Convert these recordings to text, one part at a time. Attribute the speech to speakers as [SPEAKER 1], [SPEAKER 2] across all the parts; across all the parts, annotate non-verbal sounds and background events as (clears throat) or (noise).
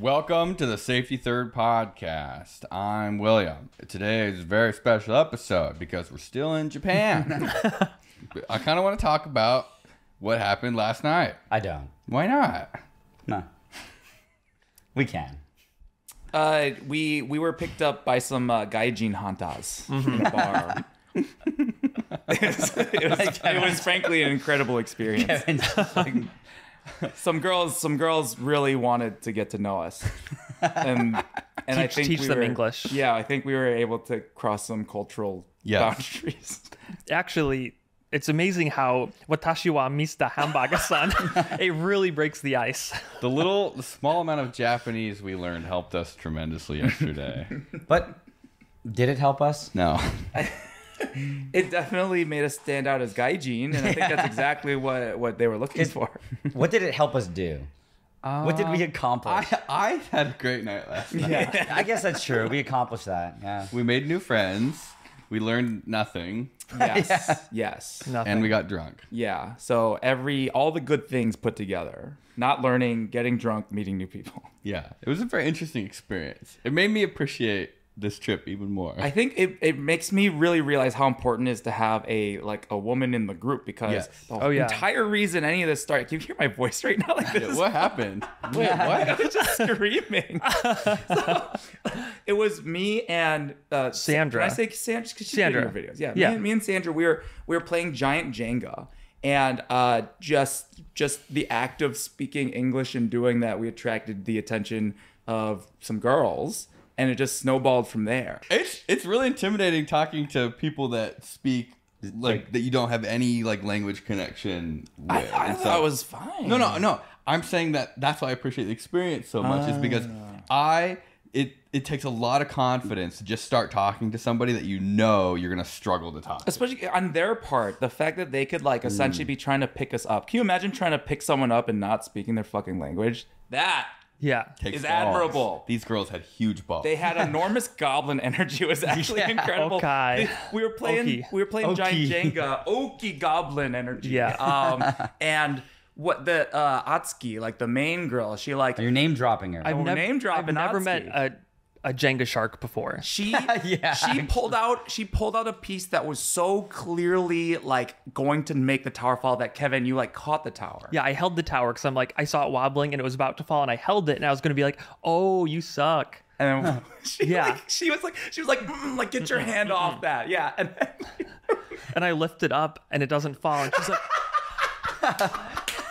[SPEAKER 1] Welcome to the Safety Third Podcast. I'm William. Today is a very special episode because we're still in Japan. I kind of want to talk about what happened last night.
[SPEAKER 2] I don't.
[SPEAKER 1] Why not?
[SPEAKER 2] No. We can.
[SPEAKER 3] Uh, we we were picked up by some uh, gaijin hantas in
[SPEAKER 4] Mm-hmm.
[SPEAKER 3] a bar. (laughs) it, was, it was- it was frankly an incredible experience.
[SPEAKER 2] Kevin, like,
[SPEAKER 3] Some girls, some girls really wanted to get to know us, and and I
[SPEAKER 4] (laughs) Teach-
[SPEAKER 3] think
[SPEAKER 4] teach
[SPEAKER 3] we
[SPEAKER 4] them
[SPEAKER 3] were-
[SPEAKER 4] English.
[SPEAKER 3] Yeah, I think we were able to cross some cultural
[SPEAKER 1] Yes.
[SPEAKER 3] boundaries. (laughs)
[SPEAKER 4] Actually, it's amazing how Watashi wa Mr.
[SPEAKER 3] (laughs)
[SPEAKER 4] Hamburger san, (laughs) it really breaks the ice.
[SPEAKER 1] The little, (laughs) the small amount of Japanese we learned helped us tremendously yesterday.
[SPEAKER 2] (laughs) but did it help us?
[SPEAKER 1] no. (laughs)
[SPEAKER 3] It definitely made us stand out as gaijin, and I think
[SPEAKER 4] (laughs)
[SPEAKER 3] that's exactly what what they were looking for.
[SPEAKER 2] What did it help us do? what did we accomplish?
[SPEAKER 1] I, I had a great night last night.
[SPEAKER 2] Uh, I, guess that's true. We accomplished that. Yeah.
[SPEAKER 1] We made new friends. We learned nothing.
[SPEAKER 3] Yes, yes.
[SPEAKER 4] Nothing.
[SPEAKER 1] And we got drunk.
[SPEAKER 3] Yeah. So every all the good things put together. Not learning, getting drunk, meeting new people. (laughs)
[SPEAKER 1] Yeah. It was a very interesting experience. It made me appreciate this trip even more.
[SPEAKER 3] I think it, it makes me really realize how important it is to have a like a woman in the group because
[SPEAKER 1] Yes.
[SPEAKER 3] the
[SPEAKER 4] Oh, yeah.
[SPEAKER 3] entire reason any of this started can you hear my voice right now? (laughs) Like this
[SPEAKER 1] Yeah,
[SPEAKER 3] is
[SPEAKER 1] what
[SPEAKER 3] (laughs)
[SPEAKER 1] happened? Wait,
[SPEAKER 3] I
[SPEAKER 1] what?
[SPEAKER 3] was just screaming. So, it was me and uh,
[SPEAKER 4] Sandra.
[SPEAKER 3] Can I say Sandra? 'Cause she's
[SPEAKER 4] Sandra.
[SPEAKER 3] been in your videos. Yeah.
[SPEAKER 4] Yeah.
[SPEAKER 3] Me, and, me and Sandra, we were we were playing giant Jenga, and uh, just just the act of speaking English and doing that, we attracted the attention of some girls, and it just snowballed from there.
[SPEAKER 1] It's it's really intimidating talking to people that speak like that you don't have any like language connection with.
[SPEAKER 3] I, I
[SPEAKER 1] And
[SPEAKER 3] thought
[SPEAKER 1] so-
[SPEAKER 3] it was fine.
[SPEAKER 1] No,
[SPEAKER 3] (laughs)
[SPEAKER 1] no, no. I'm saying that that's why I appreciate the experience so much is because
[SPEAKER 3] Ah.
[SPEAKER 1] I it it takes a lot of confidence to just start talking to somebody that you know you're going to struggle to talk. To.
[SPEAKER 3] especially on their part, the fact that they could like essentially be trying to pick us up. Can you imagine trying to pick someone up and not speaking their fucking language? That
[SPEAKER 4] yeah.
[SPEAKER 1] Takes
[SPEAKER 3] is
[SPEAKER 1] balls.
[SPEAKER 3] admirable.
[SPEAKER 1] These girls had huge balls.
[SPEAKER 3] They
[SPEAKER 4] (laughs)
[SPEAKER 3] had enormous goblin energy. It was actually incredible.
[SPEAKER 4] Okay.
[SPEAKER 3] They- we were playing
[SPEAKER 4] Okie.
[SPEAKER 3] we were playing
[SPEAKER 2] Okie.
[SPEAKER 4] (laughs)
[SPEAKER 3] giant Jenga. Oki goblin energy.
[SPEAKER 4] Yeah. (laughs)
[SPEAKER 3] Um, and what the uh Atsuki, like the main girl, she like
[SPEAKER 2] You're name dropping her.
[SPEAKER 3] We're name dropping
[SPEAKER 4] I've never met
[SPEAKER 3] Natsuki.
[SPEAKER 4] a, a Jenga shark
[SPEAKER 3] (laughs)
[SPEAKER 4] before. (laughs)
[SPEAKER 3] she
[SPEAKER 2] Yeah.
[SPEAKER 3] she pulled out she pulled out a piece that was so clearly like going to make the tower fall that Kevin you like caught the tower.
[SPEAKER 4] Yeah, I held the tower because I'm like, I saw it wobbling and it was about to fall, and I held it, and I was going to be like, oh, you suck.
[SPEAKER 3] And then (laughs) she
[SPEAKER 4] Yeah.
[SPEAKER 3] like she was like she was like "Mm, like get your
[SPEAKER 4] (laughs)
[SPEAKER 3] hand off that. Yeah. And (laughs) then,
[SPEAKER 4] And I lift it up, and it doesn't fall. And she's like, (laughs)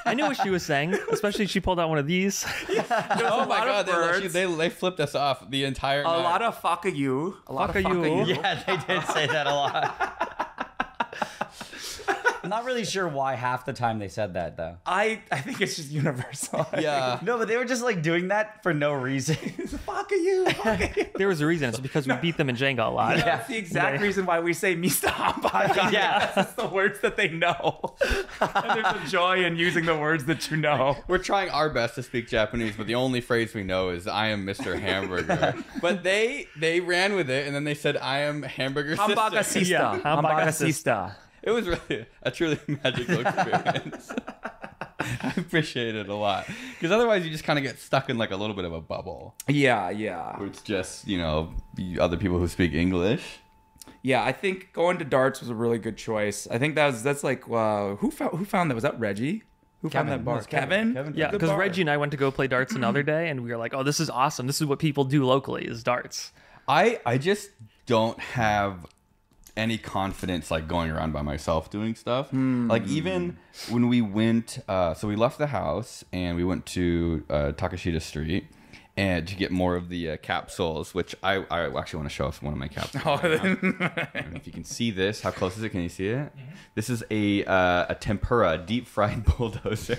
[SPEAKER 4] I knew what she was saying, especially she pulled out one of these.
[SPEAKER 3] (laughs) there was
[SPEAKER 1] oh
[SPEAKER 3] a
[SPEAKER 1] my
[SPEAKER 3] lot
[SPEAKER 1] god,
[SPEAKER 3] of
[SPEAKER 1] they, let you-
[SPEAKER 3] birds,
[SPEAKER 1] they they flipped us off the entire
[SPEAKER 3] a lot of fuck you, a lot of
[SPEAKER 4] Fuck
[SPEAKER 3] fuck
[SPEAKER 4] you.
[SPEAKER 3] you.
[SPEAKER 2] (laughs) yeah, they did say that a lot. I'm not really sure why half the time they said that though.
[SPEAKER 3] I I think it's just universal. (laughs)
[SPEAKER 1] yeah.
[SPEAKER 2] No, but they were just like doing that for no reason.
[SPEAKER 3] fuck you. Fuck (laughs) you.
[SPEAKER 4] There was a reason. It's because we beat them in Jenga a lot. (laughs)
[SPEAKER 2] Yeah.
[SPEAKER 3] That's the exact reason why we say Mista Hamba.
[SPEAKER 2] Yeah.
[SPEAKER 3] (laughs) Yeah, it's the words that they know. and there's a joy in using the words that you know.
[SPEAKER 1] We're trying our best to speak Japanese, but the only phrase we know is "I am Mr. (laughs) Hamburger." but they they ran with it, and then they said "I am Hamburger."
[SPEAKER 3] Hambaga
[SPEAKER 1] sister."
[SPEAKER 3] Sista.
[SPEAKER 4] Yeah,
[SPEAKER 3] Hambaga
[SPEAKER 4] Hambaga
[SPEAKER 3] Sista.
[SPEAKER 1] (laughs) It was really a truly (laughs) magical (laughs) experience. I appreciate it a lot because otherwise you just kind of get stuck in like a little bit of a bubble
[SPEAKER 3] Yeah, yeah.
[SPEAKER 1] where it's just you know you- other people who speak English.
[SPEAKER 3] Yeah, I think going to darts was a really good choice. I think that was that's like uh, who found who found that? Was that Reggie? Who found
[SPEAKER 2] Kevin.
[SPEAKER 3] that bar?
[SPEAKER 2] It was Kevin.
[SPEAKER 3] Kevin?
[SPEAKER 2] Kevin
[SPEAKER 4] Yeah,
[SPEAKER 3] Good
[SPEAKER 4] because
[SPEAKER 3] bar. (laughs)
[SPEAKER 4] Reggie and I went to go play darts another day, and we were like, "Oh, this is awesome! This is what people do locally is darts."
[SPEAKER 1] I I just don't have any confidence like going around by myself doing stuff. Like even when we went, uh, so we left the house and we went to uh, Takashita Street and to get more of the uh, capsules, which I I actually want to show off one of my capsules.
[SPEAKER 3] Oh,
[SPEAKER 1] right now. I don't know if you can see this, how close is it? Can you see it?
[SPEAKER 4] Mm-hmm.
[SPEAKER 1] This is a uh, a tempura deep fried (laughs)
[SPEAKER 4] (laughs)
[SPEAKER 1] bulldozer.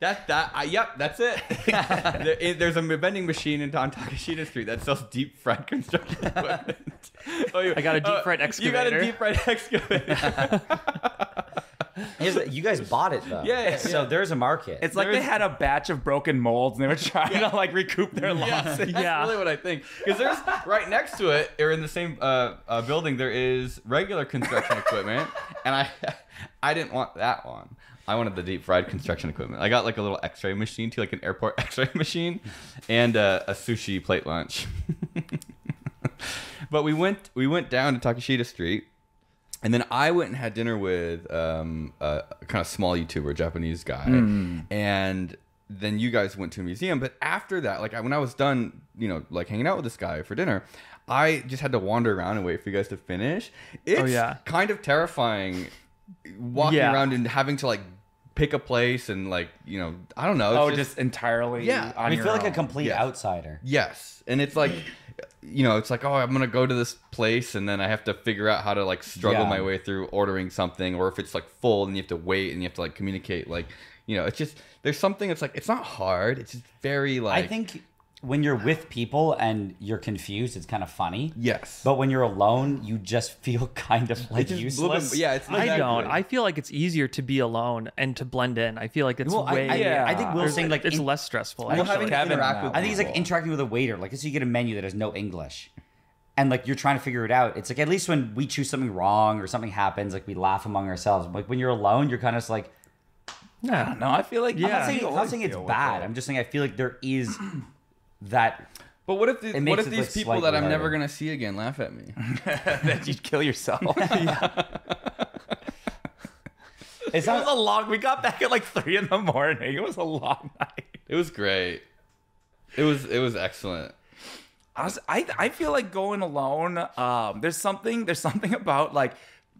[SPEAKER 1] That that I, yep, that's it.
[SPEAKER 4] (laughs)
[SPEAKER 1] there, it- There's a vending machine in on Takashita Street that sells deep fried construction
[SPEAKER 4] (laughs)
[SPEAKER 1] equipment. Oh, you,
[SPEAKER 4] I got a deep
[SPEAKER 1] oh,
[SPEAKER 4] fried
[SPEAKER 1] You got a
[SPEAKER 4] excavator.
[SPEAKER 1] deep fried (laughs) excavator.
[SPEAKER 2] Here's the- you guys bought it though.
[SPEAKER 1] Yeah, yeah,
[SPEAKER 2] So there's a market.
[SPEAKER 3] (laughs) It's like
[SPEAKER 1] There
[SPEAKER 3] they
[SPEAKER 1] is-
[SPEAKER 3] had a batch of broken molds and they were trying to like recoup
[SPEAKER 1] (laughs)
[SPEAKER 3] their losses.
[SPEAKER 1] that's
[SPEAKER 4] Yeah.
[SPEAKER 1] really what I think. Because there's right next to it, or in the same uh, uh, (laughs) building, there is regular construction equipment, and I I didn't want that one. I I wanted the deep fried construction equipment. I got like a little X-ray machine too, like an airport (laughs) X-ray machine, and uh, a sushi plate lunch. (laughs) but we went we went down to Takashita Street, and then I went and had dinner with um, a kind of small YouTuber, Japanese guy, and then you guys went to a museum. But after that, like I, when I was done, you know, like hanging out with this guy for dinner. I just had to wander around and wait for you guys to finish. It's
[SPEAKER 4] yeah.
[SPEAKER 1] kind of terrifying walking
[SPEAKER 4] Yeah.
[SPEAKER 1] around and having to like pick a place and like you know I don't know. it's
[SPEAKER 3] Oh, just, entirely.
[SPEAKER 1] Yeah.
[SPEAKER 3] on
[SPEAKER 1] We
[SPEAKER 2] I
[SPEAKER 3] your
[SPEAKER 2] feel like a
[SPEAKER 3] own.
[SPEAKER 2] complete
[SPEAKER 1] Yeah.
[SPEAKER 2] outsider.
[SPEAKER 1] yes, and it's like you know it's like oh I'm gonna go to this place and then I have to figure out how to like struggle
[SPEAKER 2] Yeah.
[SPEAKER 1] my way through ordering something or if it's like full and you have to wait and you have to like communicate like you know it's just there's something that's like it's not hard it's just very like
[SPEAKER 2] I think when you're with people and you're confused, it's kind of funny.
[SPEAKER 1] yes
[SPEAKER 2] But when you're alone, you just (laughs) feel kind of like
[SPEAKER 1] just a little bit-
[SPEAKER 2] useless.
[SPEAKER 1] yeah it's
[SPEAKER 4] I don't.
[SPEAKER 1] exactly.
[SPEAKER 4] I feel like it's easier to be alone and to blend in. I feel like it's
[SPEAKER 2] Well, I-
[SPEAKER 4] way.
[SPEAKER 2] I,
[SPEAKER 3] Yeah.
[SPEAKER 2] I think Will's
[SPEAKER 4] there's-
[SPEAKER 2] saying like
[SPEAKER 4] it's
[SPEAKER 2] in-
[SPEAKER 4] less stressful.
[SPEAKER 1] well,
[SPEAKER 4] actually.
[SPEAKER 1] having to
[SPEAKER 3] Kevin
[SPEAKER 1] interact
[SPEAKER 3] now.
[SPEAKER 1] with
[SPEAKER 2] I think it's like
[SPEAKER 1] people.
[SPEAKER 2] interacting with a waiter. Like, let's say you get a menu that has no English, and like you're trying to figure it out. It's like at least when we choose something wrong or something happens, like we laugh among ourselves. Like when you're alone, you're kind of just like.
[SPEAKER 4] (laughs) yeah.
[SPEAKER 3] No, I feel like
[SPEAKER 4] Yeah.
[SPEAKER 2] I'm not saying,
[SPEAKER 3] You
[SPEAKER 2] I'm not
[SPEAKER 3] always
[SPEAKER 2] saying it's
[SPEAKER 3] feel with
[SPEAKER 2] bad.
[SPEAKER 3] it.
[SPEAKER 2] I'm just saying I feel like there is that.
[SPEAKER 1] but what if the, what
[SPEAKER 2] makes
[SPEAKER 1] if
[SPEAKER 2] it
[SPEAKER 1] these
[SPEAKER 2] look
[SPEAKER 1] people that
[SPEAKER 2] slightly
[SPEAKER 1] I'm never
[SPEAKER 2] harder.
[SPEAKER 1] gonna see again laugh at me
[SPEAKER 3] that you'd kill (laughs) yourself.
[SPEAKER 2] It's
[SPEAKER 3] It was (laughs)
[SPEAKER 2] not.
[SPEAKER 3] a long. We got back at like three in the morning. It was a long (laughs) night.
[SPEAKER 1] it was great it was it was excellent
[SPEAKER 3] I, was- I, I feel like going alone. Um, there's something there's something about like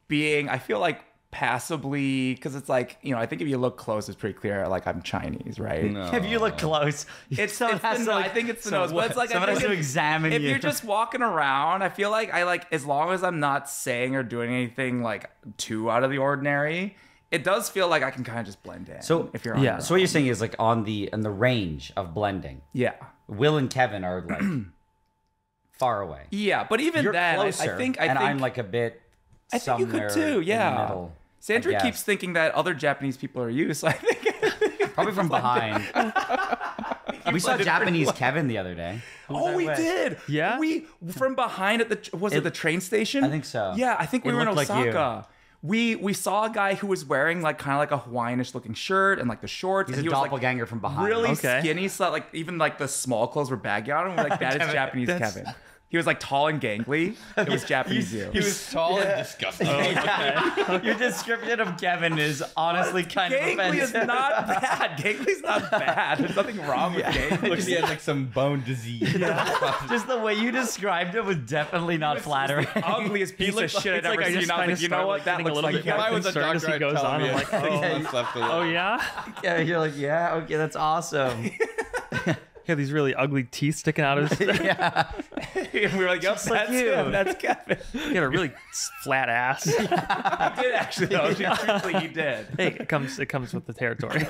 [SPEAKER 3] being. I feel like passively because it's like you know. I think if you look close, it's pretty clear. Like I'm Chinese, right?
[SPEAKER 1] no.
[SPEAKER 3] (laughs)
[SPEAKER 2] If you look close,
[SPEAKER 3] It's, it's the, no- I think it's the nose, but it's like
[SPEAKER 2] someone
[SPEAKER 3] I
[SPEAKER 2] has
[SPEAKER 3] think
[SPEAKER 2] to
[SPEAKER 3] if-
[SPEAKER 2] examine
[SPEAKER 3] if
[SPEAKER 2] you.
[SPEAKER 3] you're just walking around, I feel like I like as long as I'm not saying or doing anything like too out of the ordinary, it does feel like I can kind of just blend in.
[SPEAKER 2] So-
[SPEAKER 3] if you're on
[SPEAKER 4] yeah.
[SPEAKER 3] your
[SPEAKER 2] so what you're saying is like on the in the range of blending.
[SPEAKER 3] own. yeah,
[SPEAKER 2] Will and Kevin are
[SPEAKER 3] (clears throat)
[SPEAKER 2] like far away.
[SPEAKER 3] yeah, but even
[SPEAKER 2] You're
[SPEAKER 3] then, I-
[SPEAKER 2] closer,
[SPEAKER 3] I think I
[SPEAKER 2] and
[SPEAKER 3] think
[SPEAKER 2] I'm like a bit.
[SPEAKER 3] I think you
[SPEAKER 2] somewhere
[SPEAKER 3] could too.
[SPEAKER 2] In the
[SPEAKER 3] Yeah.
[SPEAKER 2] middle, I
[SPEAKER 3] Sandra
[SPEAKER 2] guess.
[SPEAKER 3] keeps thinking that other Japanese people are you, so
[SPEAKER 2] (laughs)
[SPEAKER 3] I think.
[SPEAKER 2] probably
[SPEAKER 3] (laughs)
[SPEAKER 2] from behind. we saw Japanese Kevin the other day.
[SPEAKER 3] oh, we did.
[SPEAKER 4] Yeah?
[SPEAKER 3] We from behind at the tr- was it, the train station?
[SPEAKER 2] I think so.
[SPEAKER 3] Yeah, I think we
[SPEAKER 2] It
[SPEAKER 3] were in
[SPEAKER 2] looked like you.
[SPEAKER 3] Osaka. we we saw a guy who was wearing like kind of like a Hawaiianish looking shirt and like the shorts.
[SPEAKER 2] He's
[SPEAKER 3] and
[SPEAKER 2] a
[SPEAKER 3] he was, like,
[SPEAKER 2] doppelganger from behind.
[SPEAKER 3] Really
[SPEAKER 4] Okay.
[SPEAKER 3] (laughs) skinny, so like even like the small clothes were baggy on him. We're like, that is Japanese
[SPEAKER 4] That's-
[SPEAKER 3] Kevin. He was like tall and gangly. It was Japanese you.
[SPEAKER 1] he was tall and
[SPEAKER 4] (laughs)
[SPEAKER 1] disgusting
[SPEAKER 4] Oh,
[SPEAKER 2] Your description of Kevin is honestly kind
[SPEAKER 3] Gangly is not bad. Gangly's not bad. There's nothing wrong with gangly.
[SPEAKER 1] Looks he had like some bone
[SPEAKER 4] (laughs)
[SPEAKER 1] disease.
[SPEAKER 2] Just the way you described it was definitely not flattering.
[SPEAKER 3] ugliest piece of
[SPEAKER 4] looked like-
[SPEAKER 3] shit I've
[SPEAKER 4] it's like
[SPEAKER 3] ever
[SPEAKER 4] I just
[SPEAKER 3] seen. I was like,
[SPEAKER 4] kinda
[SPEAKER 3] you know
[SPEAKER 4] started,
[SPEAKER 3] what?
[SPEAKER 4] like,
[SPEAKER 3] That
[SPEAKER 4] getting a
[SPEAKER 3] looks
[SPEAKER 4] little
[SPEAKER 3] like
[SPEAKER 4] bit
[SPEAKER 3] Kevin.
[SPEAKER 4] Mine was a concerned as he goes on, I'm like, oh. Oh yeah,
[SPEAKER 2] (laughs) yeah, you're like, yeah, okay, that's awesome.
[SPEAKER 4] yeah. These really ugly teeth sticking out of his. (laughs) he
[SPEAKER 3] And (laughs) we were like, yep, that's
[SPEAKER 2] like you.
[SPEAKER 3] him. That's Kevin.
[SPEAKER 4] had a really s- flat ass.
[SPEAKER 3] he did actually, though. Truthfully, he did.
[SPEAKER 4] Hey, it comes it comes with the territory.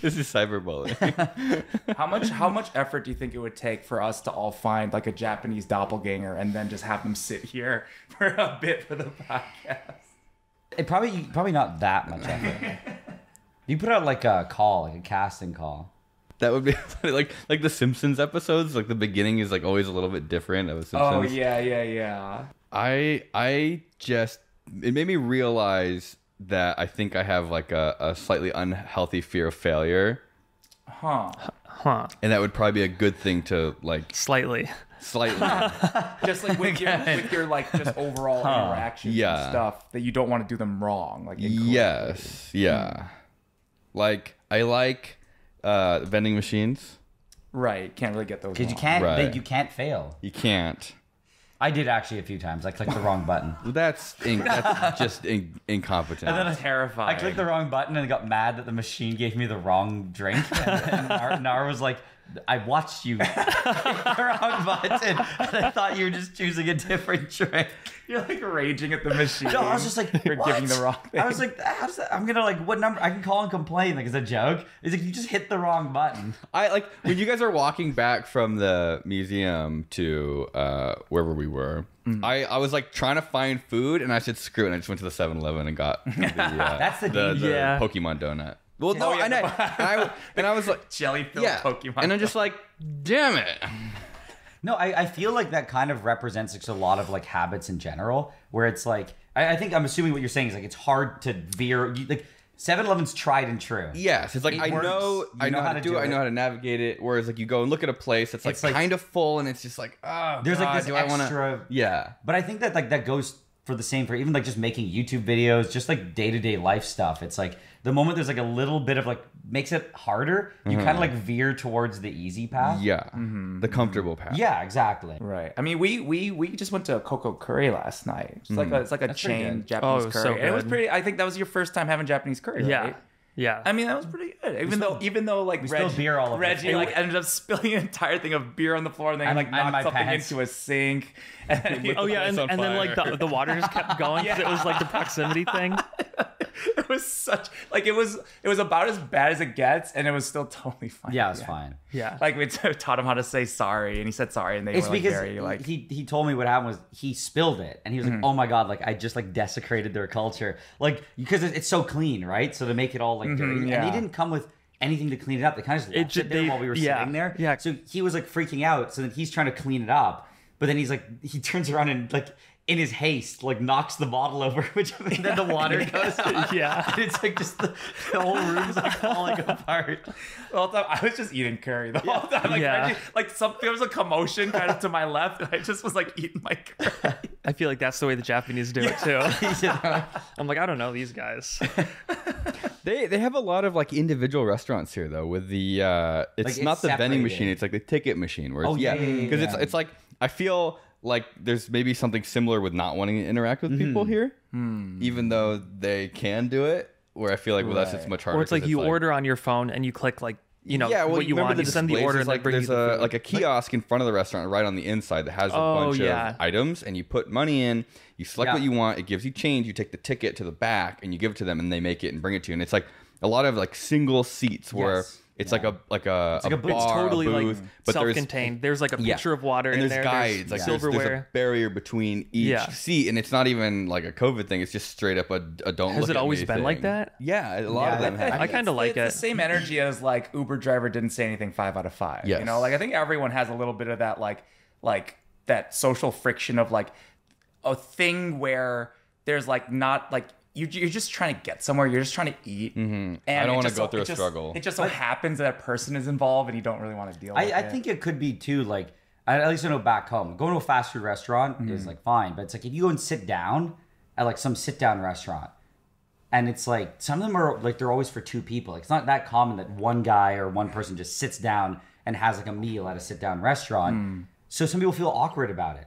[SPEAKER 1] This is (laughs) cyberbullying.
[SPEAKER 3] How much how much effort do you think it would take for us to all find like a Japanese doppelganger and then just have them sit here (laughs) for a bit for the podcast?
[SPEAKER 2] It probably probably not that much (laughs) effort. You put out like a call, like a casting call.
[SPEAKER 1] that would be (laughs) like like the Simpsons episodes. Like the beginning is like always a little bit different of the Simpsons.
[SPEAKER 3] Oh yeah, yeah, yeah.
[SPEAKER 1] I I just it made me realize that I think I have like a, a slightly unhealthy fear of failure,
[SPEAKER 3] Huh.
[SPEAKER 4] Huh?
[SPEAKER 1] and that would probably be a good thing to like
[SPEAKER 4] Slightly.
[SPEAKER 3] (laughs)
[SPEAKER 1] slightly.
[SPEAKER 3] Just
[SPEAKER 2] (laughs)
[SPEAKER 3] like with your with your like just overall interactions
[SPEAKER 1] Yeah.
[SPEAKER 3] and stuff that you don't want to do them wrong. Like incorrectly.
[SPEAKER 1] yes, yeah. Like I like uh, vending machines.
[SPEAKER 3] Right. Can't really get those.
[SPEAKER 2] Because you
[SPEAKER 3] wrong.
[SPEAKER 2] can't
[SPEAKER 1] Right.
[SPEAKER 2] they- you can't fail.
[SPEAKER 1] You can't.
[SPEAKER 2] I did actually a few times. I clicked the wrong (laughs) button.
[SPEAKER 1] That's in,
[SPEAKER 3] (laughs)
[SPEAKER 1] that's just in, incompetent.
[SPEAKER 2] then I
[SPEAKER 3] terrifying.
[SPEAKER 2] clicked the wrong button and got mad that the machine gave me the wrong drink. And Nar, (laughs) Nar was like, I watched you click the wrong button. (laughs) And I thought you were just choosing a different drink.
[SPEAKER 3] (laughs) You're like raging at the machine.
[SPEAKER 2] (laughs) No, I was just like,
[SPEAKER 3] you're
[SPEAKER 2] what?
[SPEAKER 3] giving the wrong thing.
[SPEAKER 2] I was like, how's that? I'm gonna like, what number? I can call and complain. Like, it's a joke. It's like you just hit the wrong button.
[SPEAKER 1] I like when you guys are walking back from the museum to uh, wherever we were.
[SPEAKER 2] Mm-hmm.
[SPEAKER 1] I, I was like trying to find food and I said screw it. And I just went to the 7-Eleven and
[SPEAKER 2] (laughs)
[SPEAKER 1] got the, uh,
[SPEAKER 2] That's the danger.
[SPEAKER 4] Yeah.
[SPEAKER 1] Pokemon donut. Well, no,
[SPEAKER 3] Oh,
[SPEAKER 2] (laughs)
[SPEAKER 3] yeah,
[SPEAKER 1] and, I, and, I, and I was like,
[SPEAKER 3] jelly filled
[SPEAKER 1] yeah,
[SPEAKER 3] Pokemon.
[SPEAKER 1] and I'm just like, damn it.
[SPEAKER 2] No, I, I feel like that kind of represents like, a lot of like habits in general, where it's like I, I think I'm assuming what you're saying is like it's hard to veer. You, like 7-Eleven's tried and true.
[SPEAKER 1] Yes, it's like
[SPEAKER 2] It
[SPEAKER 1] I
[SPEAKER 2] works.
[SPEAKER 1] know,
[SPEAKER 2] You
[SPEAKER 1] I know, how to do, it. I know how to navigate it. Whereas like you go and look at a place that's like,
[SPEAKER 2] It's like-
[SPEAKER 1] kind of full, and it's just like, oh,
[SPEAKER 2] There's like
[SPEAKER 1] God,
[SPEAKER 2] this
[SPEAKER 1] do I
[SPEAKER 2] extra-
[SPEAKER 1] wanna... Yeah,
[SPEAKER 2] But I think that like that goes for the same for even like just making YouTube videos, just like day to day life stuff. It's like the moment there's like a little bit of like makes it harder. You kind of like veer towards the easy path.
[SPEAKER 1] Mm-hmm. yeah,
[SPEAKER 2] Mm-hmm.
[SPEAKER 1] the comfortable path.
[SPEAKER 2] Yeah, exactly.
[SPEAKER 3] Right. I mean, we we we just went to Coco Curry last night. It's like a, it's like a
[SPEAKER 2] pretty
[SPEAKER 3] chain
[SPEAKER 2] good.
[SPEAKER 3] Japanese
[SPEAKER 4] Mm. Oh, it was
[SPEAKER 3] curry.
[SPEAKER 4] so
[SPEAKER 3] And it was
[SPEAKER 4] good.
[SPEAKER 3] pretty. I think that was your first time having Japanese curry.
[SPEAKER 4] Yeah.
[SPEAKER 3] Right?
[SPEAKER 4] Yeah.
[SPEAKER 3] I mean, that was pretty good. Even though even though like
[SPEAKER 2] spilled
[SPEAKER 3] Reg,
[SPEAKER 2] beer all over the
[SPEAKER 3] Reggie
[SPEAKER 2] floor.
[SPEAKER 3] like ended up spilling an entire thing of beer on the floor and then
[SPEAKER 2] And-
[SPEAKER 3] like
[SPEAKER 2] and
[SPEAKER 3] knocked
[SPEAKER 2] my
[SPEAKER 3] something
[SPEAKER 2] pants.
[SPEAKER 3] into a sink. (laughs) And he-
[SPEAKER 4] oh yeah, and,
[SPEAKER 1] place on
[SPEAKER 4] and then like
[SPEAKER 1] fire.
[SPEAKER 4] the, the water just kept going 'cause it was like the proximity thing.
[SPEAKER 3] (laughs) it was such like it was it was about as bad as it gets, and it was still (laughs) totally fine.
[SPEAKER 2] Yeah, it's fine.
[SPEAKER 4] Yeah.
[SPEAKER 3] Like we t- (laughs) taught him how to say sorry, and he said sorry, and they
[SPEAKER 2] It's
[SPEAKER 3] were like
[SPEAKER 2] because
[SPEAKER 3] very like
[SPEAKER 2] he he told me what happened was he spilled it and he was like, oh my god, like I just like desecrated their culture, like because it- it's so clean, right? So to make it all like dirty,
[SPEAKER 3] yeah.
[SPEAKER 2] and they didn't come with anything to clean it up. They kind of just
[SPEAKER 4] It
[SPEAKER 2] left it,
[SPEAKER 4] ju-
[SPEAKER 2] there
[SPEAKER 4] they-
[SPEAKER 2] while we were
[SPEAKER 4] yeah,
[SPEAKER 2] sitting there.
[SPEAKER 4] yeah.
[SPEAKER 2] So he was like freaking out. So then he's trying to clean it up, but then he's like he turns around and like in his haste like knocks the bottle over, (laughs) which and then the water goes. on.
[SPEAKER 4] Yeah.
[SPEAKER 2] And it's like just the, the whole room's like falling apart. (laughs)
[SPEAKER 3] the whole time I was just eating curry the whole time. Like,
[SPEAKER 4] Yeah.
[SPEAKER 3] Reggie, like something there was a commotion kind of to my left, and I just was like eating my curry.
[SPEAKER 4] I feel like that's the way the Japanese do it too.
[SPEAKER 2] Yeah.
[SPEAKER 4] I'm like, I don't know these guys.
[SPEAKER 1] They they have a lot of like individual restaurants here though with the uh it's
[SPEAKER 2] Like, it's
[SPEAKER 1] not the vending
[SPEAKER 2] separated.
[SPEAKER 1] machine it's like the ticket machine where it's,
[SPEAKER 2] Oh,
[SPEAKER 1] yeah
[SPEAKER 2] yeah,
[SPEAKER 1] because
[SPEAKER 2] yeah, yeah,
[SPEAKER 1] it's
[SPEAKER 2] yeah.
[SPEAKER 1] it's like I feel like there's maybe something similar with not wanting to interact with
[SPEAKER 2] Hmm.
[SPEAKER 1] people here
[SPEAKER 4] Hmm.
[SPEAKER 1] even though they can do it where I feel like with us it's
[SPEAKER 3] Right.
[SPEAKER 1] much harder
[SPEAKER 4] Or it's
[SPEAKER 1] 'cause
[SPEAKER 4] like you order on your phone and you click like you know
[SPEAKER 1] yeah well
[SPEAKER 4] what you
[SPEAKER 1] remember
[SPEAKER 4] want.
[SPEAKER 1] the
[SPEAKER 4] You send the
[SPEAKER 1] displays?
[SPEAKER 4] order
[SPEAKER 1] There's
[SPEAKER 4] and
[SPEAKER 1] like
[SPEAKER 4] like, bring
[SPEAKER 1] there's
[SPEAKER 4] you the
[SPEAKER 1] a
[SPEAKER 4] food.
[SPEAKER 1] like a kiosk in front of the restaurant right on the inside that has a
[SPEAKER 4] Oh,
[SPEAKER 1] bunch
[SPEAKER 4] yeah.
[SPEAKER 1] of items and you put money in you select
[SPEAKER 2] Yeah.
[SPEAKER 1] what you want it gives you change you take the ticket to the back and you give it to them and they make it and bring it to you and it's like a lot of like single seats where
[SPEAKER 2] Yes.
[SPEAKER 1] it's like a like a,
[SPEAKER 2] like
[SPEAKER 1] a
[SPEAKER 2] a booth.
[SPEAKER 1] bar
[SPEAKER 4] it's totally
[SPEAKER 1] a
[SPEAKER 4] like
[SPEAKER 1] booth but there's
[SPEAKER 4] self-contained. There's, like a
[SPEAKER 1] yeah.
[SPEAKER 4] picture of water
[SPEAKER 1] and
[SPEAKER 4] in
[SPEAKER 1] there's
[SPEAKER 4] there.
[SPEAKER 1] guides like
[SPEAKER 4] there's
[SPEAKER 1] there's, there's
[SPEAKER 4] silverware.
[SPEAKER 1] a barrier between each
[SPEAKER 4] Yeah.
[SPEAKER 1] seat and it's not even like a covid thing it's just straight up a, a don't
[SPEAKER 4] Has
[SPEAKER 1] look at
[SPEAKER 4] it always
[SPEAKER 1] me
[SPEAKER 4] been
[SPEAKER 1] thing.
[SPEAKER 4] like that?
[SPEAKER 1] yeah a lot
[SPEAKER 2] Yeah,
[SPEAKER 1] of them
[SPEAKER 2] I-
[SPEAKER 1] have
[SPEAKER 4] (laughs) I kinda
[SPEAKER 3] It's-
[SPEAKER 4] like
[SPEAKER 3] it's
[SPEAKER 4] it.
[SPEAKER 3] The same energy as like Uber driver didn't say anything five out of five.
[SPEAKER 1] Yes.
[SPEAKER 3] You know, like I think everyone has a little bit of that like like that social friction of like a thing where there's like not like you, you're just trying to get somewhere. You're just trying to eat. Mm-hmm. And
[SPEAKER 1] I don't
[SPEAKER 3] it
[SPEAKER 1] wanna
[SPEAKER 3] just
[SPEAKER 1] go
[SPEAKER 3] so-
[SPEAKER 1] through
[SPEAKER 3] it
[SPEAKER 1] a
[SPEAKER 3] just-
[SPEAKER 1] struggle.
[SPEAKER 3] It just so happens that a person is involved and you don't really want to deal with
[SPEAKER 2] I, I
[SPEAKER 3] it.
[SPEAKER 2] think it could be too like I- at least I know back home going to a fast food restaurant
[SPEAKER 3] Mm-hmm.
[SPEAKER 2] is like fine, but it's like if you go and sit down at like some sit down restaurant, and it's like some of them are like they're always for two people. Like it's not that common that one guy or one person just sits down and has like a meal at a sit down restaurant. So some people feel awkward about it.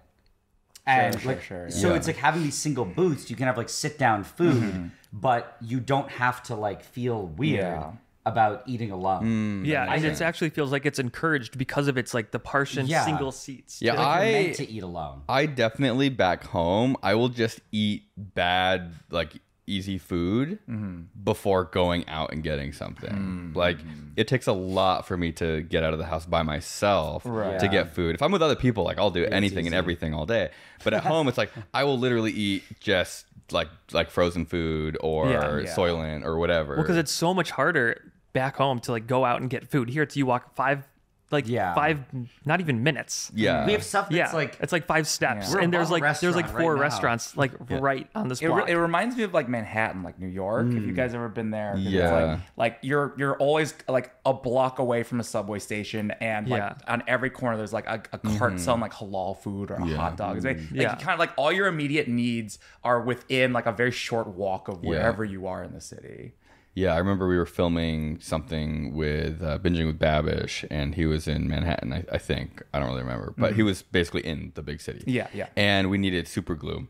[SPEAKER 2] And
[SPEAKER 3] Hmm. sure,
[SPEAKER 2] like,
[SPEAKER 3] sure, yeah. Mm-hmm.
[SPEAKER 2] so it's like having these single booths. You can have like sit down food, but you don't have to like feel weird
[SPEAKER 3] Yeah. Hmm.
[SPEAKER 2] about eating alone.
[SPEAKER 1] Mm,
[SPEAKER 4] Yeah, and it actually feels like it's encouraged because of its like the partition
[SPEAKER 2] Yeah.
[SPEAKER 4] single seats.
[SPEAKER 1] yeah
[SPEAKER 4] Like,
[SPEAKER 2] You're
[SPEAKER 1] I
[SPEAKER 2] meant to eat alone.
[SPEAKER 1] I definitely back home. I will just eat bad, like easy food
[SPEAKER 4] Mm-hmm.
[SPEAKER 1] before going out and getting something. Like it takes a lot for me to get out of the house by myself to
[SPEAKER 2] Yeah.
[SPEAKER 1] get food. If I'm with other people, like I'll do anything and everything all day. But at home,
[SPEAKER 4] (laughs)
[SPEAKER 1] it's like I will literally eat just like like frozen food or
[SPEAKER 4] Yeah. Yeah.
[SPEAKER 1] Soylent or whatever.
[SPEAKER 4] because it's so much harder back home to like go out and get food. Here, it's you walk five, like
[SPEAKER 2] Yeah.
[SPEAKER 4] five, not even minutes.
[SPEAKER 1] yeah,
[SPEAKER 2] we have stuff that's
[SPEAKER 4] Yeah,
[SPEAKER 2] like
[SPEAKER 4] it's like five steps,
[SPEAKER 2] We're
[SPEAKER 4] and there's
[SPEAKER 2] above a
[SPEAKER 4] like there's like
[SPEAKER 2] restaurant
[SPEAKER 4] four
[SPEAKER 2] right now.
[SPEAKER 4] restaurants like right on this
[SPEAKER 3] It,
[SPEAKER 4] block.
[SPEAKER 3] re- it reminds me of like Manhattan, like New York. If you guys ever been there, 'cause it's
[SPEAKER 1] Hmm. Yeah.
[SPEAKER 3] like, like you're you're always like a block away from a subway station, and like
[SPEAKER 4] Yeah.
[SPEAKER 3] on every corner there's like a, a cart
[SPEAKER 1] Mm-hmm.
[SPEAKER 3] selling like halal food or hot dogs. Like, like,
[SPEAKER 4] Yeah.
[SPEAKER 3] you kind of like all your immediate needs are within like a very short walk of wherever you are in the city.
[SPEAKER 1] Yeah, I remember we were filming something with uh, binging with Babish, and he was in Manhattan, I, I think. I don't really remember, but he was basically in the big city.
[SPEAKER 3] Mm-hmm. Yeah, yeah.
[SPEAKER 1] And we needed super glue,